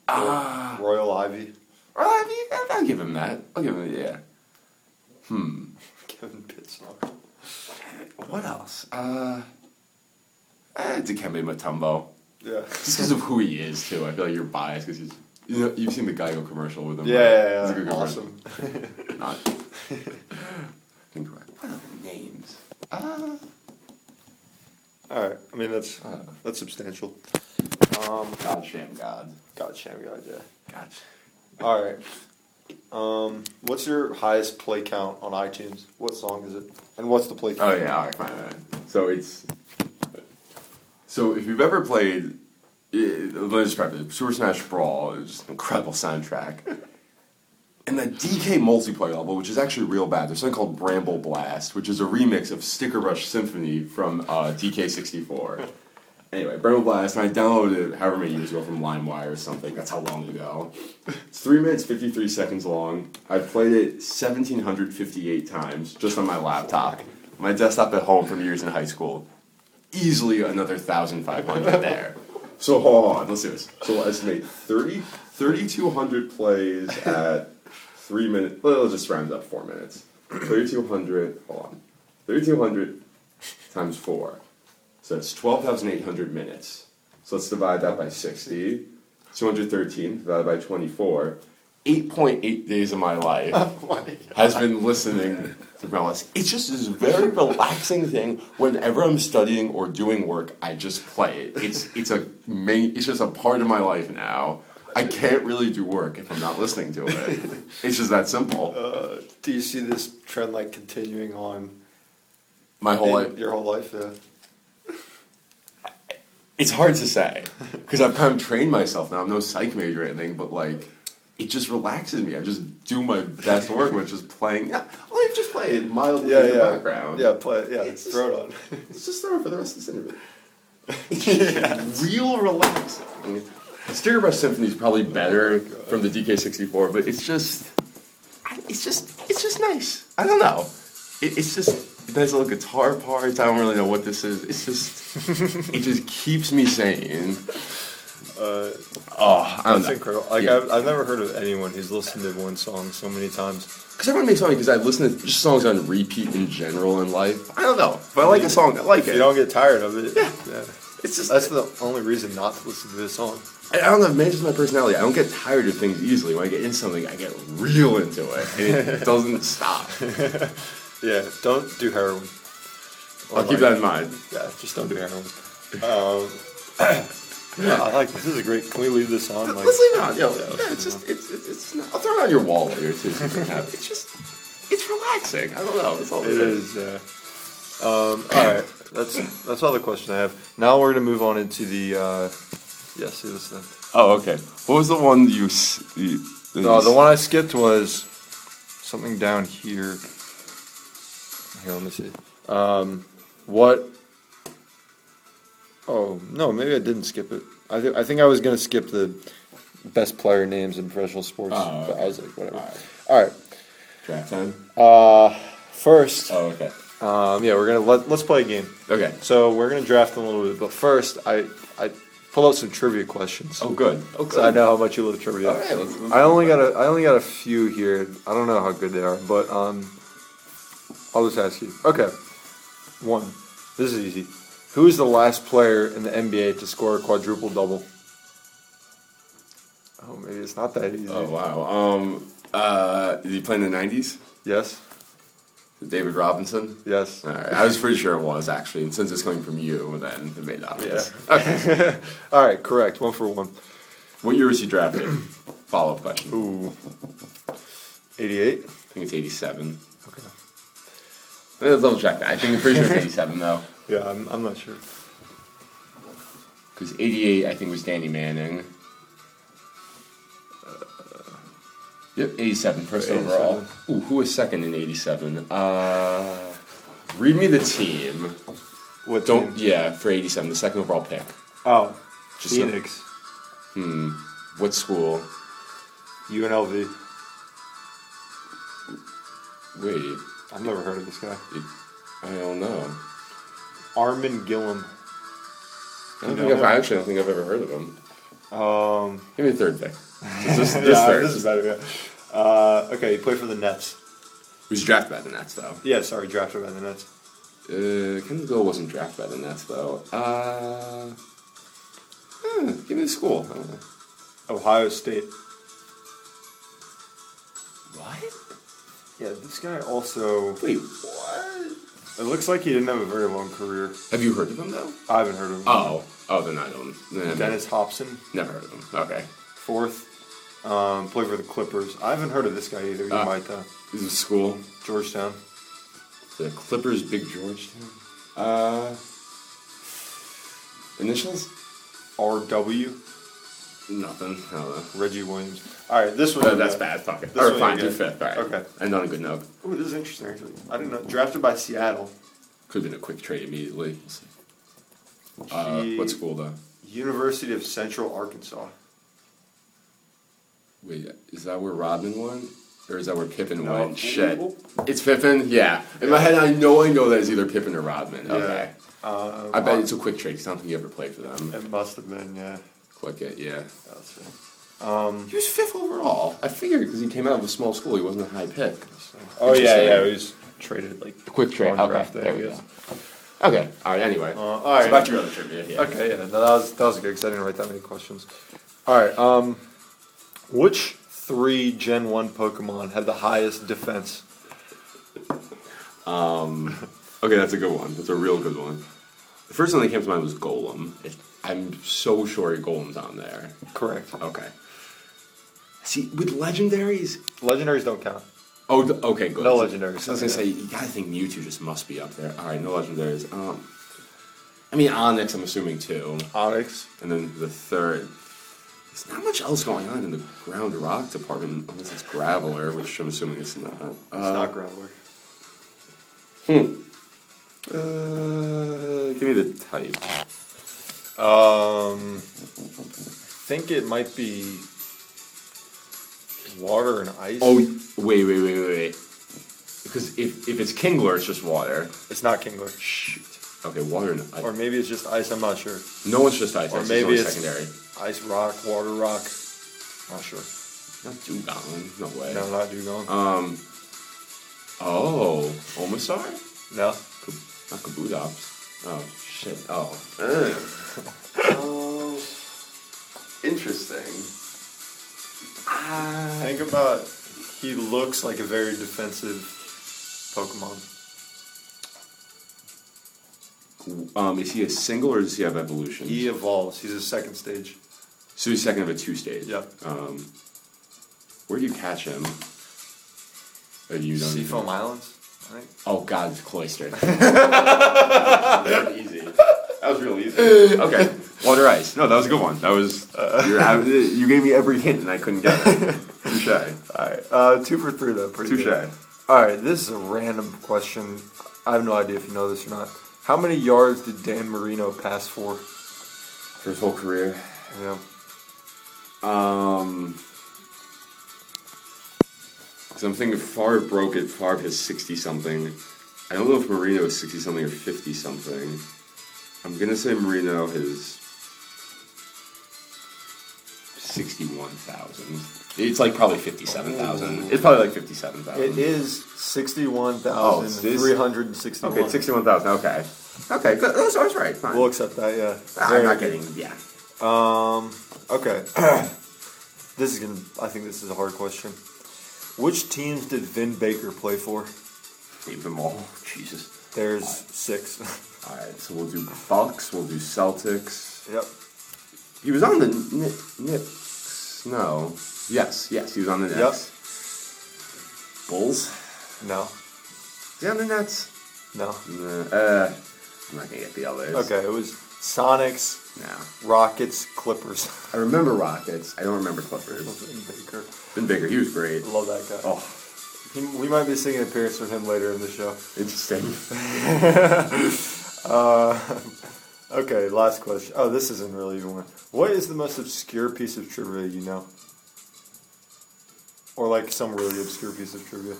Speaker 2: Ah.
Speaker 1: Royal Ivy.
Speaker 2: Well, I mean, I'll give him that. I'll give him, yeah.
Speaker 1: Kevin Pittsnock.
Speaker 2: What else? Uh, eh, Dikembe Mutombo.
Speaker 1: Yeah.
Speaker 2: Just because of who he is, too. I feel like you're biased because he's. You know, you've seen the Geico commercial with him.
Speaker 1: Yeah,
Speaker 2: right?
Speaker 1: yeah,
Speaker 2: It's
Speaker 1: yeah,
Speaker 2: a good commercial.
Speaker 1: awesome.
Speaker 2: Not. Incorrect. What other names? Uh,
Speaker 1: All right. I mean, that's
Speaker 2: uh,
Speaker 1: that's substantial.
Speaker 2: God, Sham God.
Speaker 1: God, sham God, yeah.
Speaker 2: God.
Speaker 1: All right. Um, what's your highest play count on iTunes? What song is it? And what's the play
Speaker 2: Oh,
Speaker 1: count?
Speaker 2: yeah, alright, fine, alright. So it's. So if you've ever played. eh, Let me describe it. Super Smash Brawl is just an incredible soundtrack. And the DK multiplayer level, which is actually real bad, there's something called Bramble Blast, which is a remix of Sticker Rush Symphony from uh, DK64. anyway, Bramble Blast, and I downloaded it however many years ago from LimeWire or something. That's how long ago. It's 3 minutes 53 seconds long. I've played it 1,758 times just on my laptop. My desktop at home from years in high school. Easily another 1,500 there. So hold on, let's do this. So we'll estimate 30, 3,200 plays at three minutes. Well, let's just round up four minutes. 3,200, hold on. 3,200 times four. So that's 12,800 minutes. So let's divide that by 60. 213 divided by 24. 8.8 days of my
Speaker 1: Uh,
Speaker 2: life has been listening to Gremlins. It's just this very relaxing thing. Whenever I'm studying or doing work, I just play it. It's it's a main. It's just a part of my life now. I can't really do work if I'm not listening to it. It's just that simple.
Speaker 1: Uh, do you see this trend like continuing on
Speaker 2: My whole
Speaker 1: in
Speaker 2: life.
Speaker 1: your whole life? Yeah.
Speaker 2: It's hard to say because I've kind of trained myself now. I'm no psych major or anything, but like it just relaxes me. I just do my best work, which is playing. Yeah, I just play it mildly
Speaker 1: Yeah,
Speaker 2: in the
Speaker 1: yeah.
Speaker 2: background.
Speaker 1: Yeah, play, yeah,
Speaker 2: It's just-
Speaker 1: throw it on.
Speaker 2: Let's just throw it for the rest of this interview. Real relaxing. Stereo Brush Symphony is probably better from the DK64, but it's just, I- it's just, it's just nice. I don't know. It, it's just nice little guitar parts. I don't really know what this is. It's just, it just keeps me sane.
Speaker 1: Uh,
Speaker 2: Oh, I don't
Speaker 1: That's
Speaker 2: know.
Speaker 1: incredible. Like
Speaker 2: Yeah.
Speaker 1: I've, I've never heard of anyone who's listened to one song so many times.
Speaker 2: Because everyone makes fun of me because I listen to just songs on repeat in general in life. I don't know. If I like a song, I like
Speaker 1: If
Speaker 2: it.
Speaker 1: you don't get tired of it, yeah.
Speaker 2: it's just
Speaker 1: That's the only reason not to listen to this song.
Speaker 2: I I don't know, maybe it's just my personality. I don't get tired of things easily. When I get into something, I get real into it, and it doesn't stop.
Speaker 1: Yeah, don't do heroin. Or
Speaker 2: I'll
Speaker 1: like-
Speaker 2: keep that in mind.
Speaker 1: Yeah, just don't do heroin. Um, yeah, I like this is a great. Can we leave this on? Like,
Speaker 2: Let's leave it on. Yo, yeah, it's just, it's, it's, it's not, I'll throw it on your wall later too. So you can have, it's just, it's relaxing. I don't know. That's all
Speaker 1: it is. Yeah. Um, all right, that's that's all the question I have. Now we're gonna move on into the. Uh, yeah, see this thing.
Speaker 2: Oh, okay. What was the one you? s- you
Speaker 1: No, the one I skipped was something down here. Here, let me see. Um, what? Oh no, maybe I didn't skip it. I think I think I was gonna skip the best player names in professional sports,
Speaker 2: Oh,
Speaker 1: but
Speaker 2: okay.
Speaker 1: I was like, whatever.
Speaker 2: Alright.
Speaker 1: All right.
Speaker 2: draft time.
Speaker 1: Uh, first,
Speaker 2: Oh, okay.
Speaker 1: um, yeah, we're gonna let let's play a game.
Speaker 2: Okay.
Speaker 1: So we're gonna draft them a little bit, but first, I I pull out some trivia questions.
Speaker 2: Oh, good. Oh,
Speaker 1: So I know how much you love trivia.
Speaker 2: All right, let's- let's
Speaker 1: I only
Speaker 2: talk
Speaker 1: got
Speaker 2: about
Speaker 1: a I only got a few here. I don't know how good they are, but um, I'll just ask you. Okay, one. This is easy. Who is the last player in the NBA to score a quadruple double? Oh, maybe it's not that easy.
Speaker 2: Oh wow. Um. Uh. Did he play in the nineties?
Speaker 1: Yes,
Speaker 2: David Robinson.
Speaker 1: yes.
Speaker 2: All right. I was pretty sure it was actually, and since it's coming from you, then it made obvious. Okay.
Speaker 1: All right, correct. One for one.
Speaker 2: What year was he drafted? Follow up question.
Speaker 1: Ooh. 88.
Speaker 2: I think it's eighty-seven.
Speaker 1: Okay.
Speaker 2: Let's double check that. I think I'm pretty sure it's eighty-seven though,
Speaker 1: Yeah, I'm, I'm not sure.
Speaker 2: because eighty-eight I think was Danny Manning.
Speaker 1: Uh,
Speaker 2: Yep, eighty-seven first
Speaker 1: 87.
Speaker 2: overall. Ooh, who was second in eighty-seven? Uh, read me the team.
Speaker 1: What
Speaker 2: Don't
Speaker 1: team?
Speaker 2: yeah for eighty-seven, the second overall pick.
Speaker 1: Oh,
Speaker 2: Just
Speaker 1: Phoenix.
Speaker 2: Hmm. What school?
Speaker 1: UNLV.
Speaker 2: Wait,
Speaker 1: I've never heard of this guy.
Speaker 2: it, I don't know.
Speaker 1: Armin Gillum.
Speaker 2: I don't
Speaker 1: You
Speaker 2: think
Speaker 1: know
Speaker 2: I've, I actually don't think I've ever heard of him.
Speaker 1: Um,
Speaker 2: Give me a third pick. This, this,
Speaker 1: yeah,
Speaker 2: this third.
Speaker 1: this is better. Yeah. Uh, okay, he played for the Nets.
Speaker 2: He was drafted by the Nets, though.
Speaker 1: Yeah, sorry, drafted by the Nets.
Speaker 2: Uh, Kendall Gill wasn't drafted by the Nets, though. Uh, hmm, give me the school. I don't know.
Speaker 1: Ohio State.
Speaker 2: What?
Speaker 1: Yeah, this guy also.
Speaker 2: Wait, what?
Speaker 1: It looks like he didn't have a very long career.
Speaker 2: Have you heard of him, though?
Speaker 1: I haven't heard of him.
Speaker 2: Oh. Oh, then I don't. Nah,
Speaker 1: Dennis Hobson,
Speaker 2: Never heard of him. Okay.
Speaker 1: fourth. Um, played for the Clippers. I haven't heard of this guy either. You
Speaker 2: Ah.
Speaker 1: might though.
Speaker 2: This is school.
Speaker 1: Georgetown.
Speaker 2: The Clippers, Big Georgetown. Uh, initials?
Speaker 1: R.W.
Speaker 2: Nothing. I don't know.
Speaker 1: Reggie Williams. All right, this one.
Speaker 2: No, that's bad. Fuck it.
Speaker 1: This
Speaker 2: All
Speaker 1: one
Speaker 2: right, fine.
Speaker 1: you
Speaker 2: Do
Speaker 1: get.
Speaker 2: fifth. All right.
Speaker 1: Okay.
Speaker 2: And on a good note,
Speaker 1: Ooh, this is interesting. Actually, I didn't know. Drafted by Seattle.
Speaker 2: could have been a quick trade immediately. We'll see. Uh,
Speaker 1: He-
Speaker 2: what school though?
Speaker 1: University of Central Arkansas.
Speaker 2: Wait, is that where Rodman won, or is that where Pippen
Speaker 1: No.
Speaker 2: went? Shit, it's Pippen. Yeah. In my head, I know I know that it's either Pippen or Rodman. Okay.
Speaker 1: Uh,
Speaker 2: I bet it's a quick trade. 'cause I don't think he ever played for them.
Speaker 1: It must have been. Yeah.
Speaker 2: Click it. Yeah.
Speaker 1: That's it. Um.
Speaker 2: He was fifth overall. I figured because he came out of a small school, he wasn't a high pick.
Speaker 1: Oh yeah,
Speaker 2: Interesting.
Speaker 1: yeah. It was traded like
Speaker 2: Quick trade.
Speaker 1: on
Speaker 2: Okay.
Speaker 1: draft day,
Speaker 2: There
Speaker 1: I
Speaker 2: we
Speaker 1: guess.
Speaker 2: go. Okay. All right. Anyway.
Speaker 1: Uh, all
Speaker 2: So
Speaker 1: right.
Speaker 2: back to your other trivia. Yeah.
Speaker 1: Okay, yeah, no, that was that was good because I didn't write that many questions. All right, um, which three Gen One Pokemon had the highest defense?
Speaker 2: Okay, that's a good one. That's a real good one. The first one that came to mind was Golem. It, I'm so sure Golem's on there.
Speaker 1: Correct.
Speaker 2: Okay. See, with legendaries.
Speaker 1: Legendaries don't count.
Speaker 2: Oh, th- okay, good.
Speaker 1: No legendaries.
Speaker 2: I was gonna say, you gotta think Mewtwo just must be up there. All right, no legendaries. Um, I mean Onyx. I'm assuming too.
Speaker 1: Onyx.
Speaker 2: And then the third. There's not much else going on in the ground rock department unless it's Graveler, which I'm assuming it's not.
Speaker 1: It's not Graveler.
Speaker 2: Uh, give me the type.
Speaker 1: Um, think it might be water and ice.
Speaker 2: Oh, wait, wait, wait, wait, wait. Because if, if it's Kingler, it's just water.
Speaker 1: it's not Kingler.
Speaker 2: Shoot. Okay, water and ice.
Speaker 1: Or maybe it's just ice. I'm not sure.
Speaker 2: no one's just ice.
Speaker 1: Or
Speaker 2: ice
Speaker 1: maybe
Speaker 2: is
Speaker 1: it's
Speaker 2: only secondary.
Speaker 1: ice rock, water rock. Not sure.
Speaker 2: Not Dugong. No way.
Speaker 1: No, not Dugong.
Speaker 2: Um. Oh, Omasar?
Speaker 1: no.
Speaker 2: Kab- Not Kabutops. Oh, shit. Oh. Ugh. oh. Interesting. Ah.
Speaker 1: Think about he looks like a very defensive Pokemon.
Speaker 2: Um, is he a single or does he have evolution?
Speaker 1: He evolves. He's a second stage.
Speaker 2: So he's second of a two stage.
Speaker 1: Yep.
Speaker 2: Um, where do you catch him? Or you don't even-
Speaker 1: Seafoam Islands, I think.
Speaker 2: Oh God, it's cloistered. that was easy. That was real easy. Okay. Water ice. No, that was a good one. That was
Speaker 1: Uh.
Speaker 2: you're, I- you gave me every hint and I couldn't get it. Touche.
Speaker 1: All right, uh, two for three though. Pretty
Speaker 2: Touche.
Speaker 1: good. All right, this is a random question. I have no idea if you know this or not. How many yards did Dan Marino pass for?
Speaker 2: For his whole career.
Speaker 1: You know,
Speaker 2: Um. Because I'm thinking Favre broke it. Favre has 60 something. I don't know if Marino is 60 something or 50 something. I'm going to say Marino is 61,000. It's like probably
Speaker 3: Oh.
Speaker 2: 57,000. It's probably like 57,000.
Speaker 3: Oh,
Speaker 1: it is sixty-one thousand three hundred and sixty-one.
Speaker 2: Okay, 61,000. Okay.
Speaker 3: Okay, good. I was, I was right. Fine.
Speaker 1: We'll accept that. Yeah.
Speaker 3: Ah, I'm
Speaker 1: Very
Speaker 3: not
Speaker 1: good.
Speaker 3: getting. Yeah.
Speaker 1: Um. Okay. this is gonna. I think this is a hard question. Which teams did Vin Baker play for?
Speaker 3: Leave them all. Jesus.
Speaker 1: There's six.
Speaker 3: All right. So we'll do Bucks. We'll do Celtics.
Speaker 1: yep.
Speaker 3: He was on the Kn- Knicks. No. Yes. Yes. He was on the
Speaker 1: Yep.
Speaker 3: Nets. Bulls.
Speaker 1: No.
Speaker 3: Is he on the Nets?
Speaker 1: No.
Speaker 3: No. Uh, I'm not gonna get the others.
Speaker 1: Okay. It was Sonics,
Speaker 3: No.
Speaker 1: Rockets, Clippers.
Speaker 3: I remember Rockets. I don't remember Clippers.
Speaker 1: Vin Baker.
Speaker 3: Been bigger. He was great.
Speaker 1: Love that guy.
Speaker 3: Oh,
Speaker 1: He, we might be seeing an appearance from him later in the show.
Speaker 3: interesting.
Speaker 1: Uh, okay, last question. Oh, this isn't really even one. What is the most obscure piece of trivia you know? Or like some really obscure piece of trivia?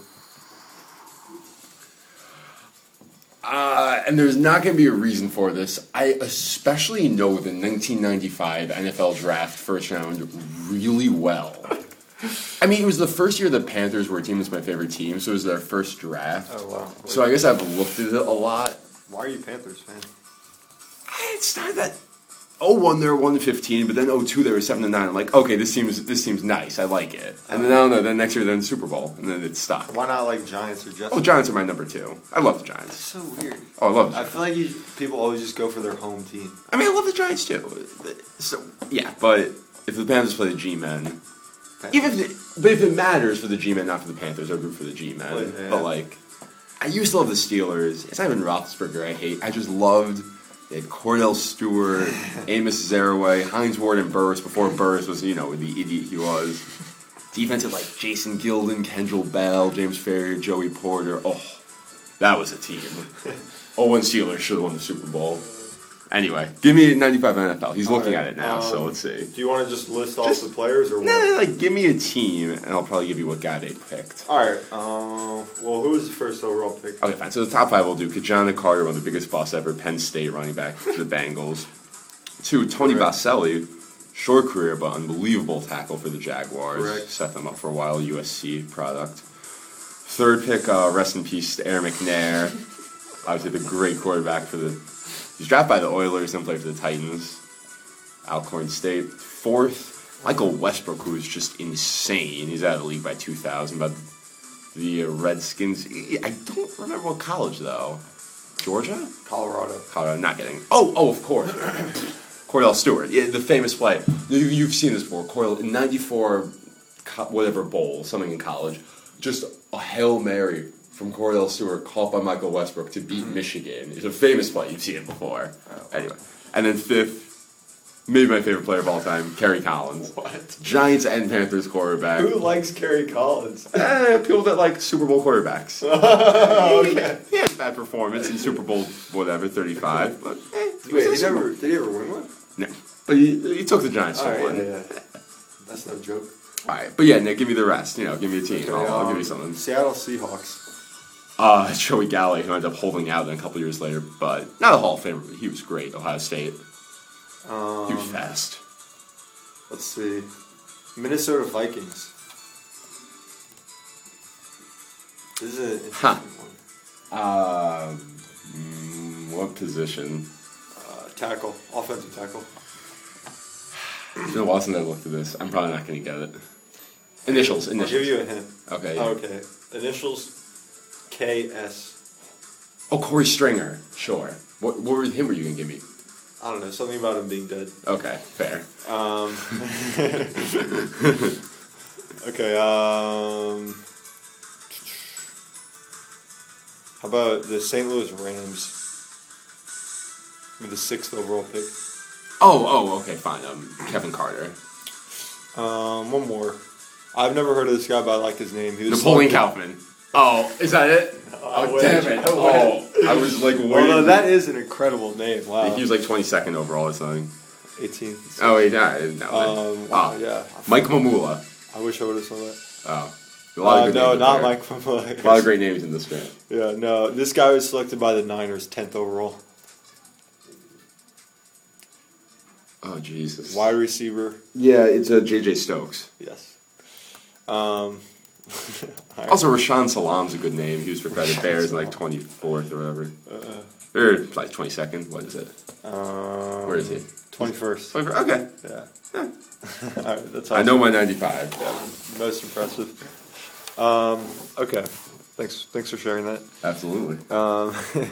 Speaker 2: Uh, and there's not going to be a reason for this. I especially know the 1995 NFL draft first round really well. I mean, it was the first year the Panthers were a team that's my favorite team, so it was their first draft.
Speaker 1: Oh, wow.
Speaker 2: So I guess I've looked at it a lot.
Speaker 1: Why are you Panthers fan?
Speaker 2: It started that 01 they were 1 to 15, but then 02 they were 7 to 9. I'm like, okay, this seems this seems nice. I like it. And then I don't know, then next year they're in the Super Bowl, and then it's stuck.
Speaker 1: Why not like Giants or Jets?
Speaker 2: Oh, Giants are my number two. I love the Giants.
Speaker 1: so weird.
Speaker 2: Oh, I love the
Speaker 1: I feel like you, people always just go for their home team.
Speaker 2: I mean, I love the Giants too. So yeah, but if the Panthers play the G-men, even if it, but if it matters for the G-men, not for the Panthers, I root for the G-men.
Speaker 1: Well, yeah.
Speaker 2: But like, I used to love the Steelers. It's not even Roethlisberger I hate. I just loved. They had Cordell Stewart, Amos Zaraway, Heinz Ward, and Burris before Burris was, you know, the idiot he was. Defensive like Jason Gilden, Kendrell Bell, James Ferrier, Joey Porter. Oh, that was a team. 01 Steelers should have won the Super Bowl. Anyway, give me 95 NFL. He's looking at it now, so let's see.
Speaker 1: Do you want to just list off
Speaker 2: Just-
Speaker 1: the players or
Speaker 2: No,
Speaker 1: what?
Speaker 2: no, like give me a team, and I'll probably give you what guy they picked.
Speaker 1: All right. Um, well, who was the first overall pick?
Speaker 2: Okay, fine. So the top five will do Kajana Carter, one of the biggest busts ever, Penn State running back for the Bengals. Two, Tony
Speaker 1: Correct.
Speaker 2: Baselli, short career but unbelievable tackle for the Jaguars.
Speaker 1: Correct.
Speaker 2: Set them up for a while, USC product. Third pick, uh, rest in peace to Air McNair. Obviously the great quarterback for the... He's drafted by the Oilers and played for the Titans. Alcorn State. Fourth, Michael Westbrook, who is just insane. He's out of the league by 2000. But the uh, Redskins, I don't remember what college though. Georgia?
Speaker 1: Colorado.
Speaker 2: Colorado, not getting. Oh, oh, of course. Cordell Stewart, yeah, the famous play. You- You've seen this before. Cordell, in 94, co- whatever bowl, something in college, just a Hail Mary from Cordell Stewart caught by Michael Westbrook to beat
Speaker 1: Mm-hmm.
Speaker 2: Michigan. It's a famous play. You've seen it before.
Speaker 1: Oh.
Speaker 2: Anyway. And then fifth, maybe my favorite player of all time, Kerry Collins.
Speaker 1: What?
Speaker 2: Giants and Panthers quarterback.
Speaker 1: Who likes Kerry Collins?
Speaker 2: Eh, people that like Super Bowl quarterbacks. Oh,
Speaker 1: okay.
Speaker 2: He had a bad performance in Super Bowl whatever thirty five, but eh, he was
Speaker 1: Wait,
Speaker 2: in
Speaker 1: he
Speaker 2: Super Bowl.
Speaker 1: never, did he ever win one?
Speaker 2: no, but he, he took the Giants to
Speaker 1: All right,
Speaker 2: one.
Speaker 1: yeah, yeah. That's no joke.
Speaker 2: All right, but yeah, Nick, give me the rest. You know, give me a team. I'll, I'll
Speaker 1: Um,
Speaker 2: give you something.
Speaker 1: Seattle Seahawks.
Speaker 2: Uh, Joey Galley, who ended up holding out then a couple years later, but not a Hall of Famer. but He was great. Ohio State. he was
Speaker 1: Um,
Speaker 2: fast.
Speaker 1: let's see. Minnesota Vikings. This is an interesting
Speaker 2: Huh.
Speaker 1: one.
Speaker 2: Um, mm, what position?
Speaker 1: Uh, tackle, offensive tackle.
Speaker 2: It's been a while since I looked at this. I'm probably not going to get it. Initials.
Speaker 1: I'll give
Speaker 2: Initials.
Speaker 1: you a hint.
Speaker 2: Oh, Okay.
Speaker 1: Okay. Initials KS.
Speaker 2: Oh, Corey Stringer. Sure. What, what were him were you gonna give me?
Speaker 1: I don't know, something about him being dead.
Speaker 2: Okay, fair.
Speaker 1: Um, okay, um. How about the St. Louis Rams? With the sixth overall pick.
Speaker 2: Oh, oh, okay, fine. Um, Kevin Carter,
Speaker 1: Um, one more. I've never heard of this guy, but I like his name. He was
Speaker 2: Napoleon Kaufman. Oh, is that it?
Speaker 1: I
Speaker 2: oh,
Speaker 1: wish.
Speaker 2: damn it!
Speaker 1: I
Speaker 2: oh, I was like waiting.
Speaker 1: Although that is an incredible name.
Speaker 2: I
Speaker 1: Wow.
Speaker 2: think he was like 22nd overall or something.
Speaker 1: 18.
Speaker 2: Oh, he died. No,
Speaker 1: Um, wow,
Speaker 2: oh,
Speaker 1: yeah.
Speaker 2: Mike Mamula.
Speaker 1: I wish I would have saw that.
Speaker 2: Oh, a lot of
Speaker 1: Uh,
Speaker 2: good
Speaker 1: no,
Speaker 2: names
Speaker 1: not
Speaker 2: there.
Speaker 1: Mike Mamula.
Speaker 2: A lot of great names in this draft.
Speaker 1: Yeah, no. This guy was selected by the Niners, 10th overall.
Speaker 2: Oh Jesus!
Speaker 1: Wide receiver.
Speaker 2: Yeah, it's a JJ Stokes.
Speaker 1: Yes. Um, all right.
Speaker 2: Also, Rashawn Salam's a good name. He was for the Bears in like 24th or whatever.
Speaker 1: Uh,
Speaker 2: Or like 22nd. What is it?
Speaker 1: Um,
Speaker 2: Where is he?
Speaker 1: Twenty first.
Speaker 2: 24 Okay.
Speaker 1: Yeah. All right, that's
Speaker 2: I
Speaker 1: awesome.
Speaker 2: know my 95.
Speaker 1: Most impressive. Um, okay. Thanks. Thanks for sharing that.
Speaker 2: Absolutely.
Speaker 1: Um,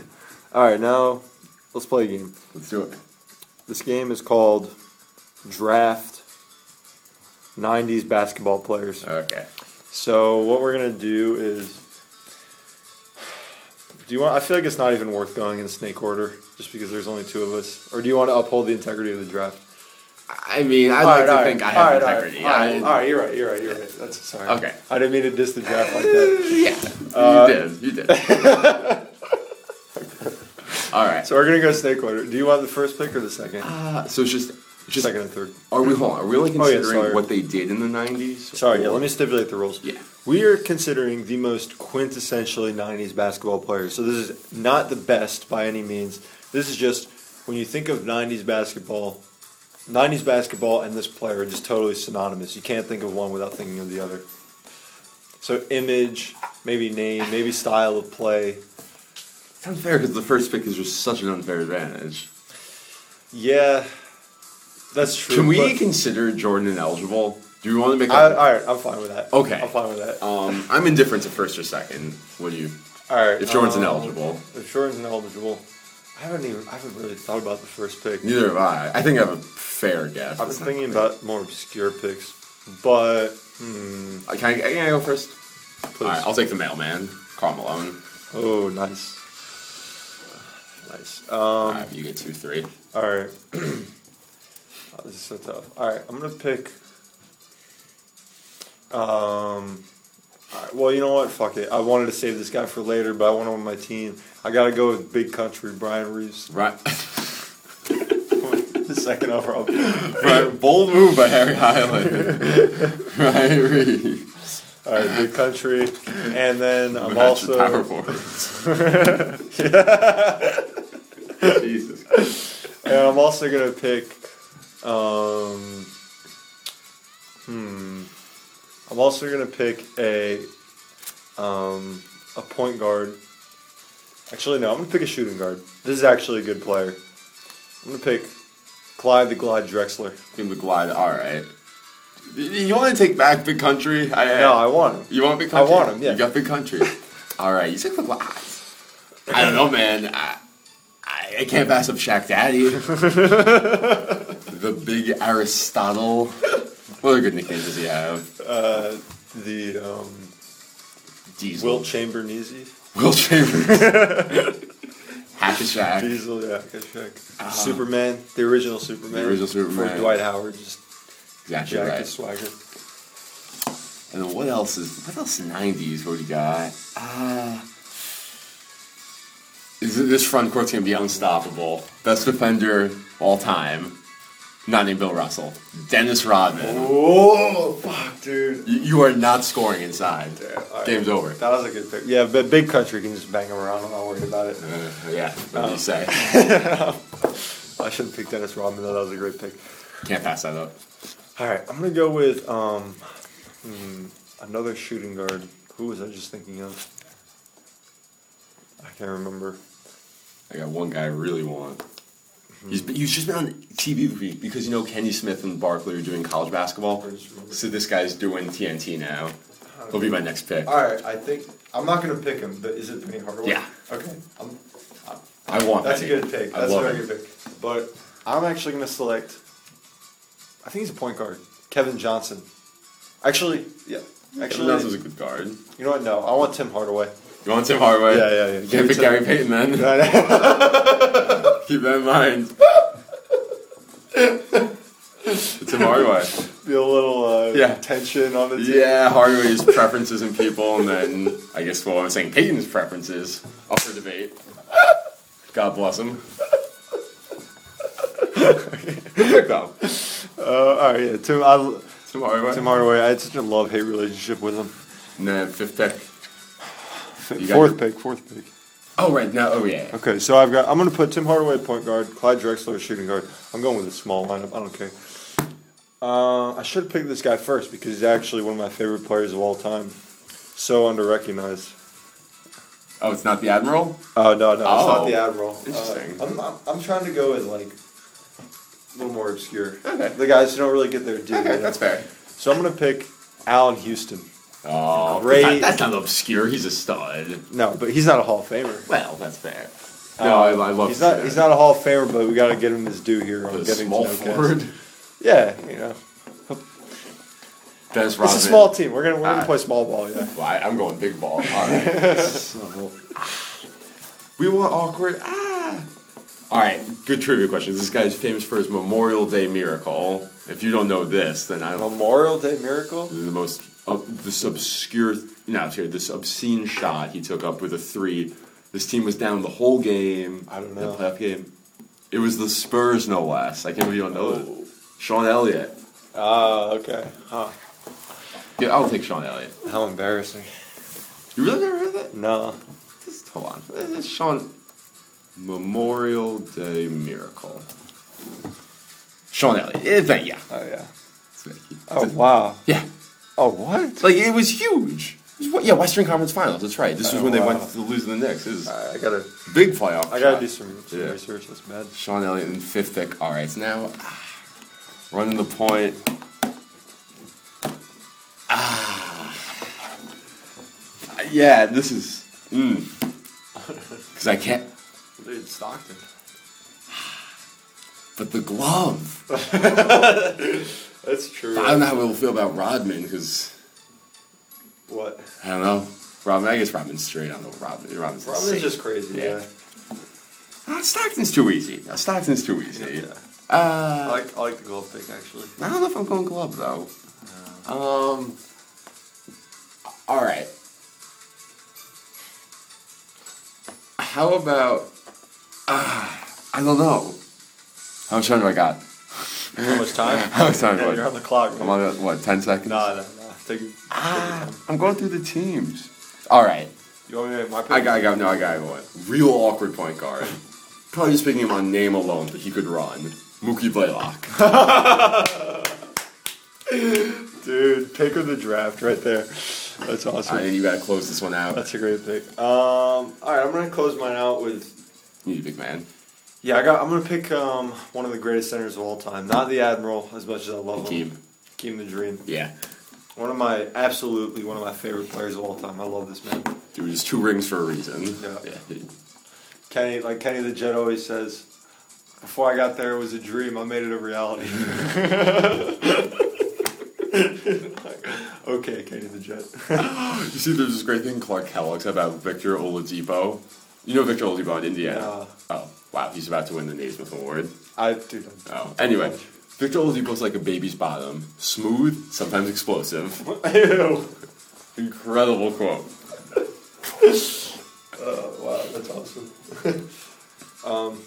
Speaker 1: all right, now let's play a game.
Speaker 2: Let's do it.
Speaker 1: This game is called Draft 90s Basketball Players.
Speaker 2: Okay.
Speaker 1: So what we're gonna do is, do you want? I feel like it's not even worth going in snake order, just because there's only two of us. Or do you want to uphold the integrity of the draft?
Speaker 2: I mean, I
Speaker 1: All right,
Speaker 2: like
Speaker 1: all
Speaker 2: to
Speaker 1: right,
Speaker 2: think I
Speaker 1: all
Speaker 2: have
Speaker 1: right, all right,
Speaker 2: integrity.
Speaker 1: All right,
Speaker 2: I-
Speaker 1: all right, you're right. You're right. You're right. That's sorry.
Speaker 2: Okay.
Speaker 1: I didn't mean to diss the draft like that.
Speaker 2: Yeah.
Speaker 1: Uh,
Speaker 2: you did. You did. all right. So,
Speaker 1: So we're gonna go snake order. Do you want the first pick or the second?
Speaker 2: uh, so it's just, just
Speaker 1: second and third.
Speaker 2: Are we hold on, Are we only
Speaker 1: Oh, yeah,
Speaker 2: considering
Speaker 1: sorry.
Speaker 2: what they did in the nineties?
Speaker 1: Sorry, yeah, let me stipulate the rules.
Speaker 2: Yeah.
Speaker 1: We are considering the most quintessentially 90s basketball players. So this is not the best by any means. This is just when you think of 90s basketball, 90s basketball and this player are just totally synonymous. You can't think of one without thinking of the other. So image, maybe name, maybe style of play.
Speaker 2: It's unfair because the first pick is just such an unfair advantage.
Speaker 1: Yeah, that's true.
Speaker 2: Can we
Speaker 1: but-
Speaker 2: consider Jordan ineligible? Do we want to make?
Speaker 1: I,
Speaker 2: that-
Speaker 1: all right, I'm fine with that.
Speaker 2: Okay.
Speaker 1: I'm fine with that.
Speaker 2: Um, I'm indifferent to first or second. What do you?
Speaker 1: All right.
Speaker 2: If Jordan's
Speaker 1: um,
Speaker 2: ineligible,
Speaker 1: If Jordan's ineligible, I haven't even I haven't really thought about the first pick.
Speaker 2: neither have I. I think I have a fair guess.
Speaker 1: I was thinking about more obscure picks, but hmm,
Speaker 2: Uh, Can I, can I go first?
Speaker 1: please.
Speaker 2: All right, I'll take the mailman, Carl Malone.
Speaker 1: oh, nice, nice. Um,
Speaker 2: All right, you get two, three.
Speaker 1: all right. oh, this is so tough. All right, I'm gonna pick. Um, all right, well, you know what? Fuck it. I wanted to save this guy for later, but I want him on my team. I gotta go with Big Country Brian Reeves,
Speaker 2: Right.
Speaker 1: the second overall. pick.
Speaker 2: right. Bold move by Harry Highland. right. Reed.
Speaker 1: All right, big country, and then I'm
Speaker 2: Match the power
Speaker 1: also
Speaker 2: forwards. Jesus.
Speaker 1: and I'm also gonna pick. Um, hmm, I'm also gonna pick a um, a point guard. Actually, no, I'm gonna pick a shooting guard. This is actually a good player. I'm gonna pick Clyde the Glide Drexler.
Speaker 2: Give him the glide. All right. Y- You want to take back big country? I,
Speaker 1: No, I want him.
Speaker 2: You want big
Speaker 1: I
Speaker 2: country?
Speaker 1: want him, yeah.
Speaker 2: You got big country. All right. You took the glide. I don't know, man. I, I, I can't pass up Shaq Daddy. the big Aristotle. What other good nicknames does he have?
Speaker 1: Uh, the um,
Speaker 2: Diesel.
Speaker 1: Will Chamberlain.
Speaker 2: Will Chambers. Happy Shaq.
Speaker 1: Diesel, yeah, good check. Superman, the original Superman.
Speaker 2: Uh-huh. The original
Speaker 1: before
Speaker 2: Superman.
Speaker 1: Dwight Howard just
Speaker 2: Exactly
Speaker 1: jacked
Speaker 2: right.
Speaker 1: his swagger.
Speaker 2: And then what else is what else nineties what do you got? Uh, is it- this front court's gonna be unstoppable. Best defender all time. Not named Bill Russell. Dennis Rodman.
Speaker 1: Oh fuck, dude.
Speaker 2: You, you are not scoring inside.
Speaker 1: all right.
Speaker 2: Game's over.
Speaker 1: That was a good pick. Yeah, but Big Country can just bang him around. I'm not worried about it.
Speaker 2: Uh, yeah, what do you say?
Speaker 1: I should have picked Dennis Rodman though. That was a great pick.
Speaker 2: Can't pass that up.
Speaker 1: All right, I'm gonna go with um, hmm, another shooting guard. Who was I just thinking of? I can't remember.
Speaker 2: I got one guy I really want. He's, been- he's just been on TV be- because you know Kenny Smith and Barkley are doing college basketball. So this guy's doing TNT now. He'll be my next pick.
Speaker 1: All right, I think I'm not gonna pick him, but is it Penny Hardaway?
Speaker 2: Yeah.
Speaker 1: Okay. I'm,
Speaker 2: I want
Speaker 1: That's a
Speaker 2: Benny.
Speaker 1: good pick.
Speaker 2: I
Speaker 1: That's a
Speaker 2: love
Speaker 1: very
Speaker 2: him.
Speaker 1: good pick. But I'm actually going to select. I think he's a point guard, Kevin Johnson. Actually, yeah.
Speaker 2: Actually,
Speaker 1: Actually,
Speaker 2: that was a good guard. You
Speaker 1: you know what? No, I want Tim Hardaway.
Speaker 2: want Tim Hardaway?
Speaker 1: Yeah, yeah, yeah.
Speaker 2: You
Speaker 1: Give me Tim-
Speaker 2: can't pick Gary Payton then. Keep that in mind. Tim Hardaway.
Speaker 1: Be a little uh,
Speaker 2: Yeah.
Speaker 1: tension on the team.
Speaker 2: Yeah, Hardaway's preferences and people, and then I guess what I'm saying, Peyton's preferences up for debate. God bless him. Good though.
Speaker 1: Uh, all right, yeah. Tim, I,
Speaker 2: Tim Hardaway.
Speaker 1: Tim Hardaway, I had such a love hate relationship with him.
Speaker 2: And then fifth pick. You got
Speaker 1: Fourth
Speaker 2: your-
Speaker 1: pick, fourth pick.
Speaker 2: Oh right now. Oh yeah.
Speaker 1: Okay, so I've got. I'm going to put Tim Hardaway at point guard, Clyde Drexler at shooting guard. I'm going with a small lineup. I don't care. Uh, I should pick this guy first because he's actually one of my favorite players of all time. So underrecognized.
Speaker 2: Oh, it's not the Admiral?
Speaker 1: Oh no, no, it's
Speaker 2: Oh.
Speaker 1: not the Admiral. Uh,
Speaker 2: Interesting.
Speaker 1: I'm, I'm, I'm trying to go with like a little more obscure.
Speaker 2: Okay.
Speaker 1: The guys who don't really get their due. you
Speaker 2: Okay,
Speaker 1: know?
Speaker 2: that's fair.
Speaker 1: So I'm gonna pick Allen Houston.
Speaker 2: Oh,
Speaker 1: Great.
Speaker 2: that- that's not obscure. He's a stud.
Speaker 1: No, but he's not a Hall of Famer.
Speaker 2: Well, that's fair. No, I, I love
Speaker 1: He's not. He's not a Hall of Famer, but we gotta get him his due here. on
Speaker 2: a
Speaker 1: getting
Speaker 2: small
Speaker 1: to know Cavs.
Speaker 2: forward.
Speaker 1: Yeah, you know,
Speaker 2: Dennis Rodman.
Speaker 1: it's a small team. We're gonna we're gonna
Speaker 2: Ah.
Speaker 1: play small ball. Yeah.
Speaker 2: Well, I, I'm going big ball. All right. So- we want awkward. Ah. All right. Good trivia questions. This guy's famous for his Memorial Day miracle. If you don't know this, then I don't.
Speaker 1: Memorial Day miracle.
Speaker 2: The most ob- this obscure, not obscure, this obscene shot he took up with a three. This team was down the whole game.
Speaker 1: I don't
Speaker 2: the
Speaker 1: know.
Speaker 2: playoff game. It was the Spurs, no less. I can't believe you don't know
Speaker 1: Oh.
Speaker 2: it. Sean Elliott.
Speaker 1: Ah, okay. Huh.
Speaker 2: Yeah, I'll take Sean Elliott.
Speaker 1: How embarrassing.
Speaker 2: You really never heard that?
Speaker 1: No.
Speaker 2: Just hold on. This is Sean Memorial Day Miracle. Sean Elliott. Eh, that- yeah.
Speaker 1: Oh yeah.
Speaker 2: It's like-
Speaker 1: Oh wow.
Speaker 2: Yeah.
Speaker 1: Oh what?
Speaker 2: Like it was huge. It was, what- yeah, Western Conference Finals. That's right. This was
Speaker 1: Oh,
Speaker 2: when they
Speaker 1: wow.
Speaker 2: went to lose to the Knicks. It was
Speaker 1: I gotta.
Speaker 2: a big playoff.
Speaker 1: I gotta
Speaker 2: shot.
Speaker 1: do some, some
Speaker 2: Yeah.
Speaker 1: research. That's bad.
Speaker 2: Sean Elliott and fifth pick. All right, so now ah, running the point. Ah, yeah, this is because I can't.
Speaker 1: Dude, Stockton.
Speaker 2: But the glove.
Speaker 1: That's true.
Speaker 2: I don't know how we'll feel about Rodman because
Speaker 1: What?
Speaker 2: I don't know. Rodman, I guess Rodman's straight. I don't know. Rodman, Rodman's,
Speaker 1: Robin's
Speaker 2: insane.
Speaker 1: just crazy.
Speaker 2: Yeah.
Speaker 1: Yeah.
Speaker 2: Ah, Stockton's too easy. Ah, Stockton's too easy.
Speaker 1: Yeah. I
Speaker 2: Uh,
Speaker 1: like I like the gold pick actually.
Speaker 2: I don't know if I'm going glove though. Um. All right. How about? ah, I don't know. How much time do I got?
Speaker 1: How much time?
Speaker 2: How much time do
Speaker 1: Yeah,
Speaker 2: I
Speaker 1: you're on
Speaker 2: got?
Speaker 1: the clock.
Speaker 2: I'm
Speaker 1: Man.
Speaker 2: on uh, what? Ten seconds.
Speaker 1: Nah, nah, nah. Take, your- take your time.
Speaker 2: Ah, I'm going through the teams. All right.
Speaker 1: You want me to make my pick?
Speaker 2: I got, I got, no, I got one. Real awkward point guard. Probably just picking him on name alone, but he could run. Mookie Blaylock.
Speaker 1: Dude, pick of the draft right there. That's awesome.
Speaker 2: I think you gotta close this one out.
Speaker 1: That's a great pick. Um, all right, I'm gonna close mine out with.
Speaker 2: You need a big man.
Speaker 1: Yeah, I got. I'm gonna pick um, one of the greatest centers of all time. Not the Admiral, as much as I love him.
Speaker 2: Hakeem.
Speaker 1: Keem the Dream.
Speaker 2: Yeah.
Speaker 1: One of my absolutely one of my favorite players of all time. I love this man.
Speaker 2: Dude, just two rings for a reason.
Speaker 1: Yeah.
Speaker 2: yeah.
Speaker 1: Kenny, like Kenny the Jet always says, before I got there, it was a dream. I made it a reality. okay, Kenny the Jet.
Speaker 2: You see, there's this great thing Clark Kellogg said about Victor Oladipo. You know Victor Oladipo in Indiana.
Speaker 1: No.
Speaker 2: Oh, wow, he's about to win the Naismith Award.
Speaker 1: I dude, I'm-
Speaker 2: Oh, anyway, Victor Oladipo's like a baby's bottom, smooth, sometimes explosive.
Speaker 1: Ew.
Speaker 2: Incredible quote.
Speaker 1: Oh, wow, that's awesome. um,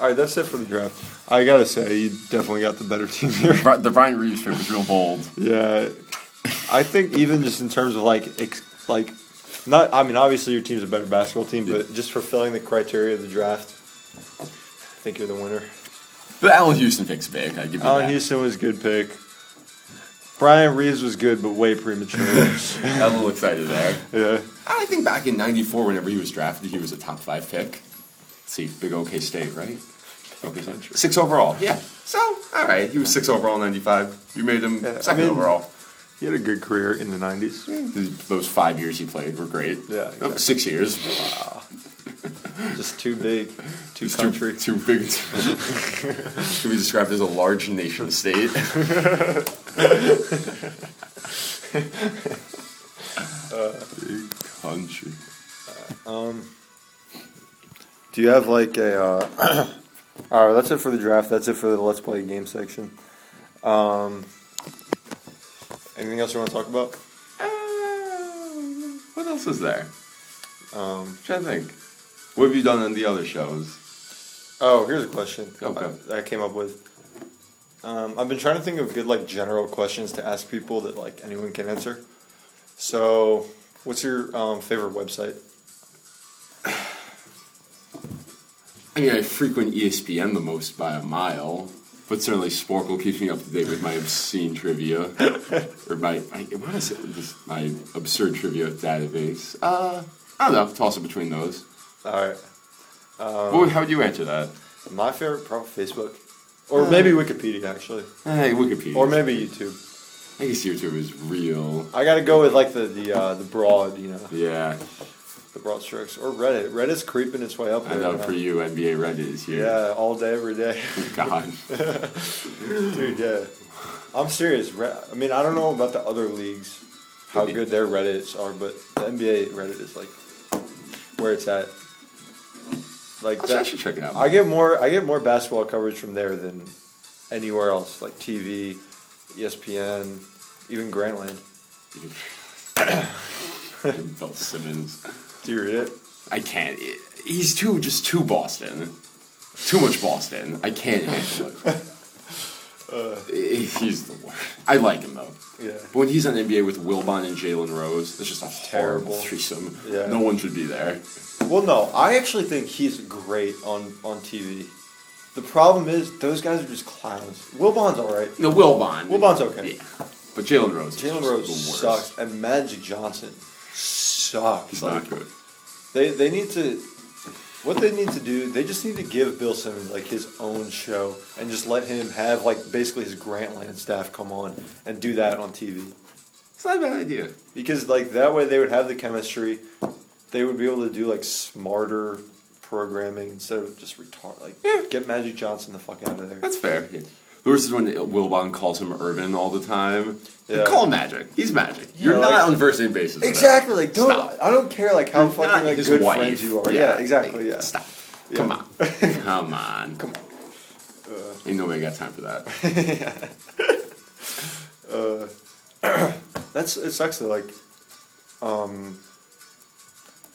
Speaker 1: all right, that's it for the draft. I gotta say, you definitely got the better team here.
Speaker 2: Bri- The Brian Reeves pick was real bold.
Speaker 1: yeah, I think even just in terms of like, ex- like, not. I mean, obviously your team's a better basketball team, but just fulfilling the criteria of the draft, I think you're the winner.
Speaker 2: The Allen Houston pick's big. I give you
Speaker 1: Allen
Speaker 2: that.
Speaker 1: Houston was a good pick. Brian Reeves was good, but way premature.
Speaker 2: Got a little excited there.
Speaker 1: yeah.
Speaker 2: I think back in '94, whenever he was drafted, he was a top five pick. Let's see, big OK State, right? OK State. Six overall. Yeah. So, all right, he was six overall in '95. You made him
Speaker 1: Yeah, I
Speaker 2: second
Speaker 1: mean-
Speaker 2: overall.
Speaker 1: He had a good career in the 90s.
Speaker 2: Th- Those five years he played were great.
Speaker 1: Yeah,
Speaker 2: Oh,
Speaker 1: exactly.
Speaker 2: six years.
Speaker 1: Oh. Just too big, too
Speaker 2: It's too-
Speaker 1: country.
Speaker 2: Too, big. to be described as a large nation state. Big country.
Speaker 1: Do you have like a? Uh, all right, that's it for the draft. That's it for the let's play game section. Um, anything else you want to talk about?
Speaker 2: Um, what else is there?
Speaker 1: Um,
Speaker 2: I'm trying to think. What have you done on the other shows?
Speaker 1: oh, here's a question
Speaker 2: Okay.
Speaker 1: I, I came up with. Um, I've been trying to think of good like general questions to ask people that like anyone can answer. So, what's your um, favorite website?
Speaker 2: I mean, I frequent E ESPN the most by a mile, but certainly Sporkle keeps me up to date with my obscene trivia, or my I, what is it? This, my absurd trivia database. Uh, I don't know. Toss it between those.
Speaker 1: All right.
Speaker 2: what would, how would you answer that?
Speaker 1: My favorite, probably Facebook, or maybe Wikipedia actually,
Speaker 2: Eh, Hey, Wikipedia.
Speaker 1: or maybe YouTube.
Speaker 2: I guess YouTube is real.
Speaker 1: I gotta go with like the the uh, the broad, you know,
Speaker 2: Yeah,
Speaker 1: the broad strokes, or Reddit. Reddit's creeping its way up
Speaker 2: I
Speaker 1: there.
Speaker 2: know
Speaker 1: man.
Speaker 2: for you, NBA Reddit is here.
Speaker 1: Yeah, all day, every day,
Speaker 2: God.
Speaker 1: dude. Yeah, I'm serious. Re- I mean, I don't know about the other leagues, how good their Reddit's are, but the NBA Reddit is like where it's at. Like
Speaker 2: I
Speaker 1: that,
Speaker 2: should check it out.
Speaker 1: I get more I get more basketball coverage from there than anywhere else, like E TV, ESPN, even Grantland.
Speaker 2: Bill Simmons.
Speaker 1: Do you read it?
Speaker 2: I can't. He's too just too Boston. Too much Boston. I can't handle it. he's the worst. I like him though.
Speaker 1: Uh. Yeah.
Speaker 2: But when he's on NBA with Wilbon and Jalen Rose, that's just a horrible
Speaker 1: Terrible.
Speaker 2: threesome.
Speaker 1: Yeah.
Speaker 2: No one should be there.
Speaker 1: Well, no, I actually think he's great on on TV. The problem is those guys are just clowns. Wilbon's all right.
Speaker 2: No, Wilbon.
Speaker 1: Wilbon's okay.
Speaker 2: Yeah. But Jalen Rose. is
Speaker 1: Jalen
Speaker 2: just
Speaker 1: Rose
Speaker 2: the worst.
Speaker 1: sucks, and Magic Johnson sucks.
Speaker 2: He's
Speaker 1: Like,
Speaker 2: not good.
Speaker 1: They they need to. What they need to do, they just need to give Bill Simmons like his own show and just let him have like basically his Grantland staff come on and do that on TV
Speaker 2: It's not a bad idea.
Speaker 1: because like that way they would have the chemistry, they would be able to do like smarter programming instead of just retard like
Speaker 2: Yeah.
Speaker 1: get Magic Johnson the fuck out of there.
Speaker 2: That's fair. The worst is when Wilbon calls him Urban all the time.
Speaker 1: Yeah.
Speaker 2: Call him Magic. He's Magic. You're
Speaker 1: Yeah,
Speaker 2: not
Speaker 1: like-
Speaker 2: on first name basis. with him.
Speaker 1: Exactly. Like don't
Speaker 2: Stop.
Speaker 1: I don't care like how fucking
Speaker 2: Not
Speaker 1: like
Speaker 2: his
Speaker 1: good
Speaker 2: wife.
Speaker 1: friends you are. Yeah, exactly.
Speaker 2: like,
Speaker 1: Yeah.
Speaker 2: Stop.
Speaker 1: Yeah.
Speaker 2: Come on. Come on. Come on. Ain't nobody got time for that.
Speaker 1: Uh, That's it sucks though. Like, um,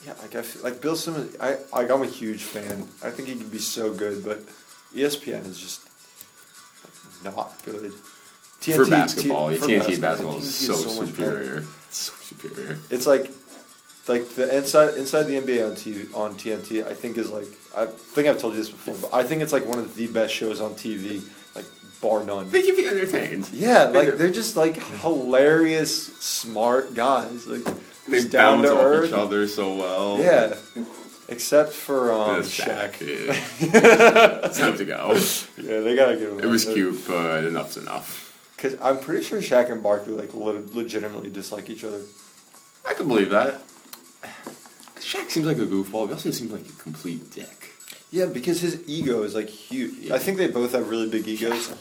Speaker 1: yeah, like I feel, like Bill Simmons. I like I'm a huge fan. I think he could be so good, but E ESPN is just not good.
Speaker 2: for basketball,
Speaker 1: T- for
Speaker 2: TNT basketball
Speaker 1: TNT
Speaker 2: is so,
Speaker 1: much better.
Speaker 2: superior. So superior.
Speaker 1: It's like, like the inside inside the NBA on TV, on TNT. I think is like I think I've told you this before, but I think it's like one of the best shows on TV, like bar none.
Speaker 2: They can be entertained.
Speaker 1: Yeah,
Speaker 2: They
Speaker 1: like
Speaker 2: do.
Speaker 1: they're just like hilarious, smart guys. Like
Speaker 2: They
Speaker 1: just down
Speaker 2: bounce
Speaker 1: to
Speaker 2: off
Speaker 1: earth.
Speaker 2: each other so well.
Speaker 1: Yeah, except for um,
Speaker 2: That's
Speaker 1: Shaq.
Speaker 2: Shaq. Yeah. it's time to go.
Speaker 1: Yeah, they gotta give him.
Speaker 2: It was cute, but enough's enough.
Speaker 1: Cause I'm pretty sure Shaq and Barkley like le- legitimately dislike each other.
Speaker 2: I can believe that. Shaq seems like a goofball. He also seems like a complete dick.
Speaker 1: Yeah, because his ego is like huge. I think they both have really big egos,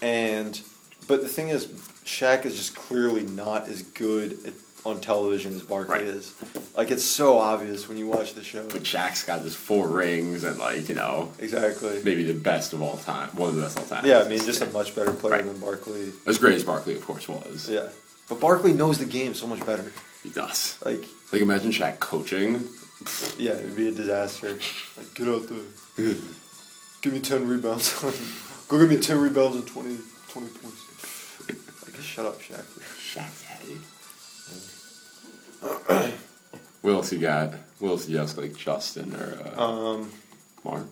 Speaker 1: and but the thing is, Shaq is just clearly not as good at, on television as Barkley
Speaker 2: Right.
Speaker 1: is. Like it's so obvious when you watch the show.
Speaker 2: But Shaq's got his four rings and like you know
Speaker 1: Exactly.
Speaker 2: maybe the best of all time, one of the best of all time.
Speaker 1: Yeah, I mean, just a much better player
Speaker 2: Right.
Speaker 1: than Barkley.
Speaker 2: as great as Barkley, of course, was.
Speaker 1: Yeah, but Barkley knows the game so much better.
Speaker 2: He does.
Speaker 1: Like,
Speaker 2: Like imagine Shaq coaching.
Speaker 1: yeah, it'd be a disaster. Like, get out there, give me ten rebounds. Go give me ten rebounds and 20, 20 points. Like, shut up, Shaq.
Speaker 2: Shaq's heavy. what else you got? What else you else like Justin or uh,
Speaker 1: Um,
Speaker 2: Mark?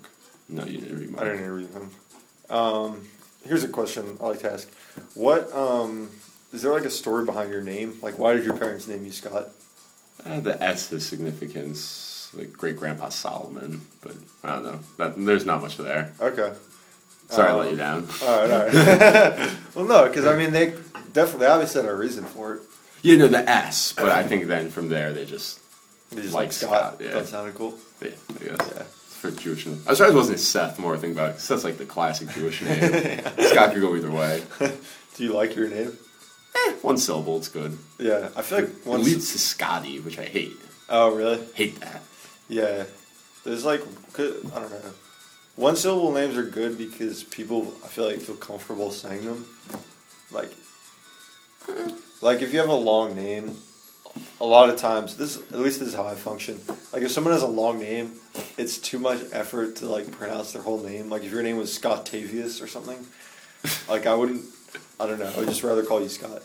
Speaker 2: No, you didn't read Mark.
Speaker 1: I didn't interview him. Um, here's a question I like to ask: What um, is there like a story behind your name? Like, why did your parents name you Scott?
Speaker 2: Uh, the S is significance, like great grandpa Solomon, but I don't know. That, there's not much there.
Speaker 1: Okay.
Speaker 2: Sorry, I
Speaker 1: Um,
Speaker 2: let you down.
Speaker 1: All right, all right. well, no, because I mean, they definitely obviously had a reason for it.
Speaker 2: You know the S, but I think then from there they just
Speaker 1: They just
Speaker 2: Like
Speaker 1: like Scott.
Speaker 2: Scott, yeah.
Speaker 1: That sounded cool.
Speaker 2: Yeah, I guess.
Speaker 1: Yeah.
Speaker 2: For Jewish. I was surprised it wasn't Seth more I think about it, 'cause that's like the classic Jewish name. Scott could go either way.
Speaker 1: Do you like your name?
Speaker 2: Eh, one syllable, it's good.
Speaker 1: Yeah, I feel like
Speaker 2: It
Speaker 1: once.
Speaker 2: leads to Scotty, which I hate.
Speaker 1: oh, really?
Speaker 2: Hate that.
Speaker 1: Yeah. There's like good. I don't know. One syllable names are good because people I feel like feel comfortable saying them. Like, like if you have a long name, a lot of times this at least this is how I function. Like if someone has a long name, it's too much effort to like pronounce their whole name. Like if your name was Scott Tavius or something, like I wouldn't. I don't know. I would just rather call you Scott.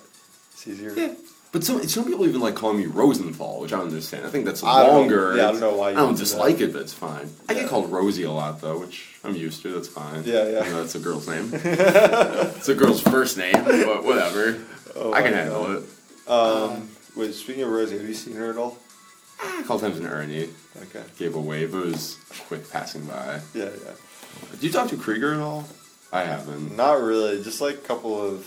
Speaker 1: It's easier.
Speaker 2: Yeah. But some some people even like calling me Rosenthal, which I don't understand. I think that's
Speaker 1: I don't-
Speaker 2: longer.
Speaker 1: yeah, I don't know why
Speaker 2: I
Speaker 1: you
Speaker 2: don't
Speaker 1: do
Speaker 2: dislike
Speaker 1: that.
Speaker 2: it, but it's fine. I
Speaker 1: Yeah.
Speaker 2: get called Rosie a lot though, which I'm used to. That's fine.
Speaker 1: Yeah, yeah.
Speaker 2: You know, that's a girl's name. it's a girl's first name, but whatever.
Speaker 1: Oh,
Speaker 2: I can
Speaker 1: my
Speaker 2: handle
Speaker 1: God.
Speaker 2: it.
Speaker 1: Um, wait, speaking of Rosie, have you seen her at all?
Speaker 2: a couple times in Ernie.
Speaker 1: Okay.
Speaker 2: Gave a wave. It was quick passing by.
Speaker 1: Yeah, yeah.
Speaker 2: Do you talk to Krieger at all? I haven't.
Speaker 1: Not really. Just like a couple of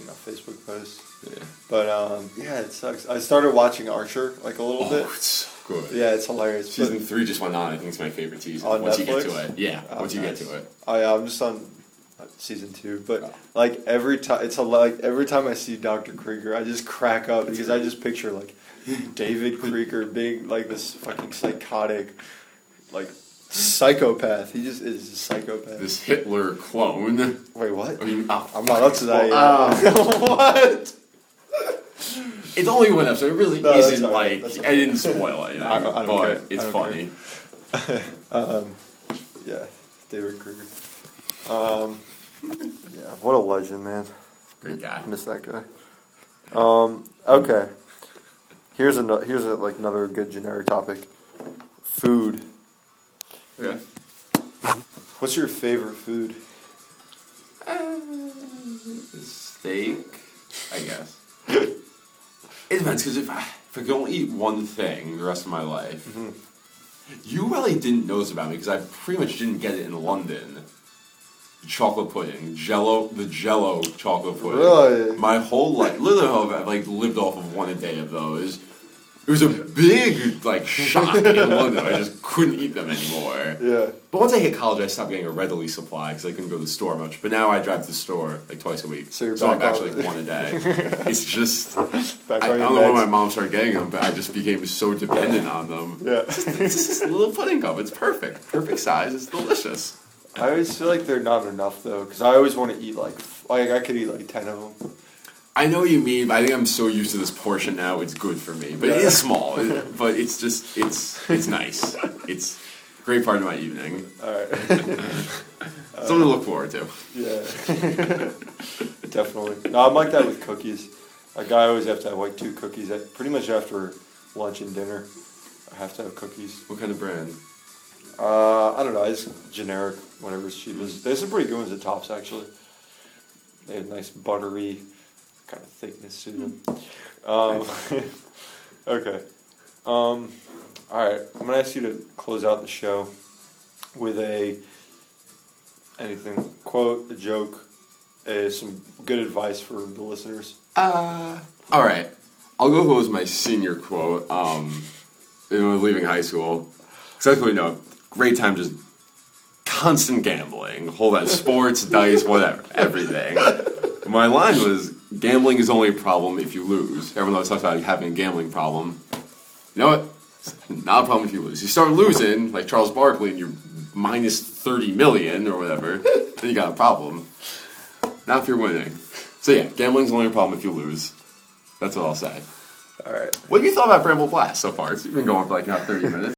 Speaker 1: you know Facebook posts.
Speaker 2: Yeah.
Speaker 1: But um, yeah, it sucks. I started watching Archer like a little
Speaker 2: Oh,
Speaker 1: bit.
Speaker 2: it's so good.
Speaker 1: Yeah, it's hilarious.
Speaker 2: Season
Speaker 1: but-
Speaker 2: three just went on. I think it's my favorite season.
Speaker 1: On
Speaker 2: once you get to
Speaker 1: Netflix?
Speaker 2: it, yeah.
Speaker 1: Oh,
Speaker 2: once you
Speaker 1: nice.
Speaker 2: get to it,
Speaker 1: Oh yeah, I'm just on uh, season two, but
Speaker 2: Oh.
Speaker 1: like every time, it's a, like every time I see Doctor Krieger, I just crack up because I just picture like David Krieger being like this fucking psychotic, like psychopath. He just is a psychopath.
Speaker 2: this Hitler clone.
Speaker 1: Wait, what?
Speaker 2: I mean, oh,
Speaker 1: I'm not up to that
Speaker 2: well,
Speaker 1: yet. what?
Speaker 2: it's only one episode. It really
Speaker 1: No, that's
Speaker 2: isn't
Speaker 1: all right.
Speaker 2: like
Speaker 1: That's all
Speaker 2: I didn't spoil it, you know,
Speaker 1: I don't- I don't
Speaker 2: but
Speaker 1: care. I
Speaker 2: it's
Speaker 1: don't
Speaker 2: funny.
Speaker 1: care. Yeah, David Krieger. Um, yeah, what a legend, man.
Speaker 2: Great guy.
Speaker 1: miss that guy. Um, okay. Here's a here's a, like another good generic topic. Food.
Speaker 2: Yeah.
Speaker 1: What's your favorite food?
Speaker 2: Um, steak, I guess. it depends because if I if I don't eat one thing the rest of my life, you really didn't know this about me because I pretty much didn't get it in London. Chocolate pudding, Jello, the Jello chocolate pudding.
Speaker 1: Really?
Speaker 2: My whole life, literally, whole life, I've like lived off of one a day of those. It was a big like shock in London. I just couldn't eat them anymore.
Speaker 1: Yeah.
Speaker 2: But once I hit college, I stopped getting a readily supply because I couldn't go to the store much. But now I drive to the store like twice a week.
Speaker 1: So you're
Speaker 2: I'm
Speaker 1: back
Speaker 2: actually
Speaker 1: on-
Speaker 2: like one a day. it's just I,
Speaker 1: Back
Speaker 2: I
Speaker 1: on your
Speaker 2: don't know why
Speaker 1: meds.
Speaker 2: my mom started getting them, but I just became so dependent on them.
Speaker 1: Yeah.
Speaker 2: It's just a little pudding cup. It's perfect, perfect size. It's delicious.
Speaker 1: I always feel like they're not enough though, because I always want to eat like f- like I could eat like ten of them.
Speaker 2: I know what you mean, but I think I'm so used to this portion now. It's good for me, but it is small. It- but it's just it's it's nice. It's a great part of my evening.
Speaker 1: All right.
Speaker 2: Something to look forward to.
Speaker 1: yeah. Definitely. No, I'm like that with cookies. Like I always have to have like two cookies. I, pretty much after lunch and dinner, I have to have cookies.
Speaker 2: What kind of brand?
Speaker 1: Uh, I don't know. It's generic, whatever's cheapest. There's some pretty good ones at Tops actually. They have nice buttery kind of thickness to them. Um, okay. Um, all right. I'm gonna ask you to close out the show with a anything quote, a joke, uh, some good advice for the listeners.
Speaker 2: Uh, all right. I'll go with what was my senior quote. Um, when I was leaving high school. Exactly, no. Great time just constant gambling. Whole that sports, dice, whatever. Everything. My line was gambling is only a problem if you lose. Everyone always talks about having a gambling problem. You know what? It's not a problem if you lose. You start losing, like Charles Barkley, and you're minus 30 million or whatever, then you got a problem. Not if you're winning. So yeah, gambling's only a problem if you lose. That's what I'll say.
Speaker 1: All right.
Speaker 2: What have you thought about Bramble Blast so far? It's been going for like not 30 minutes.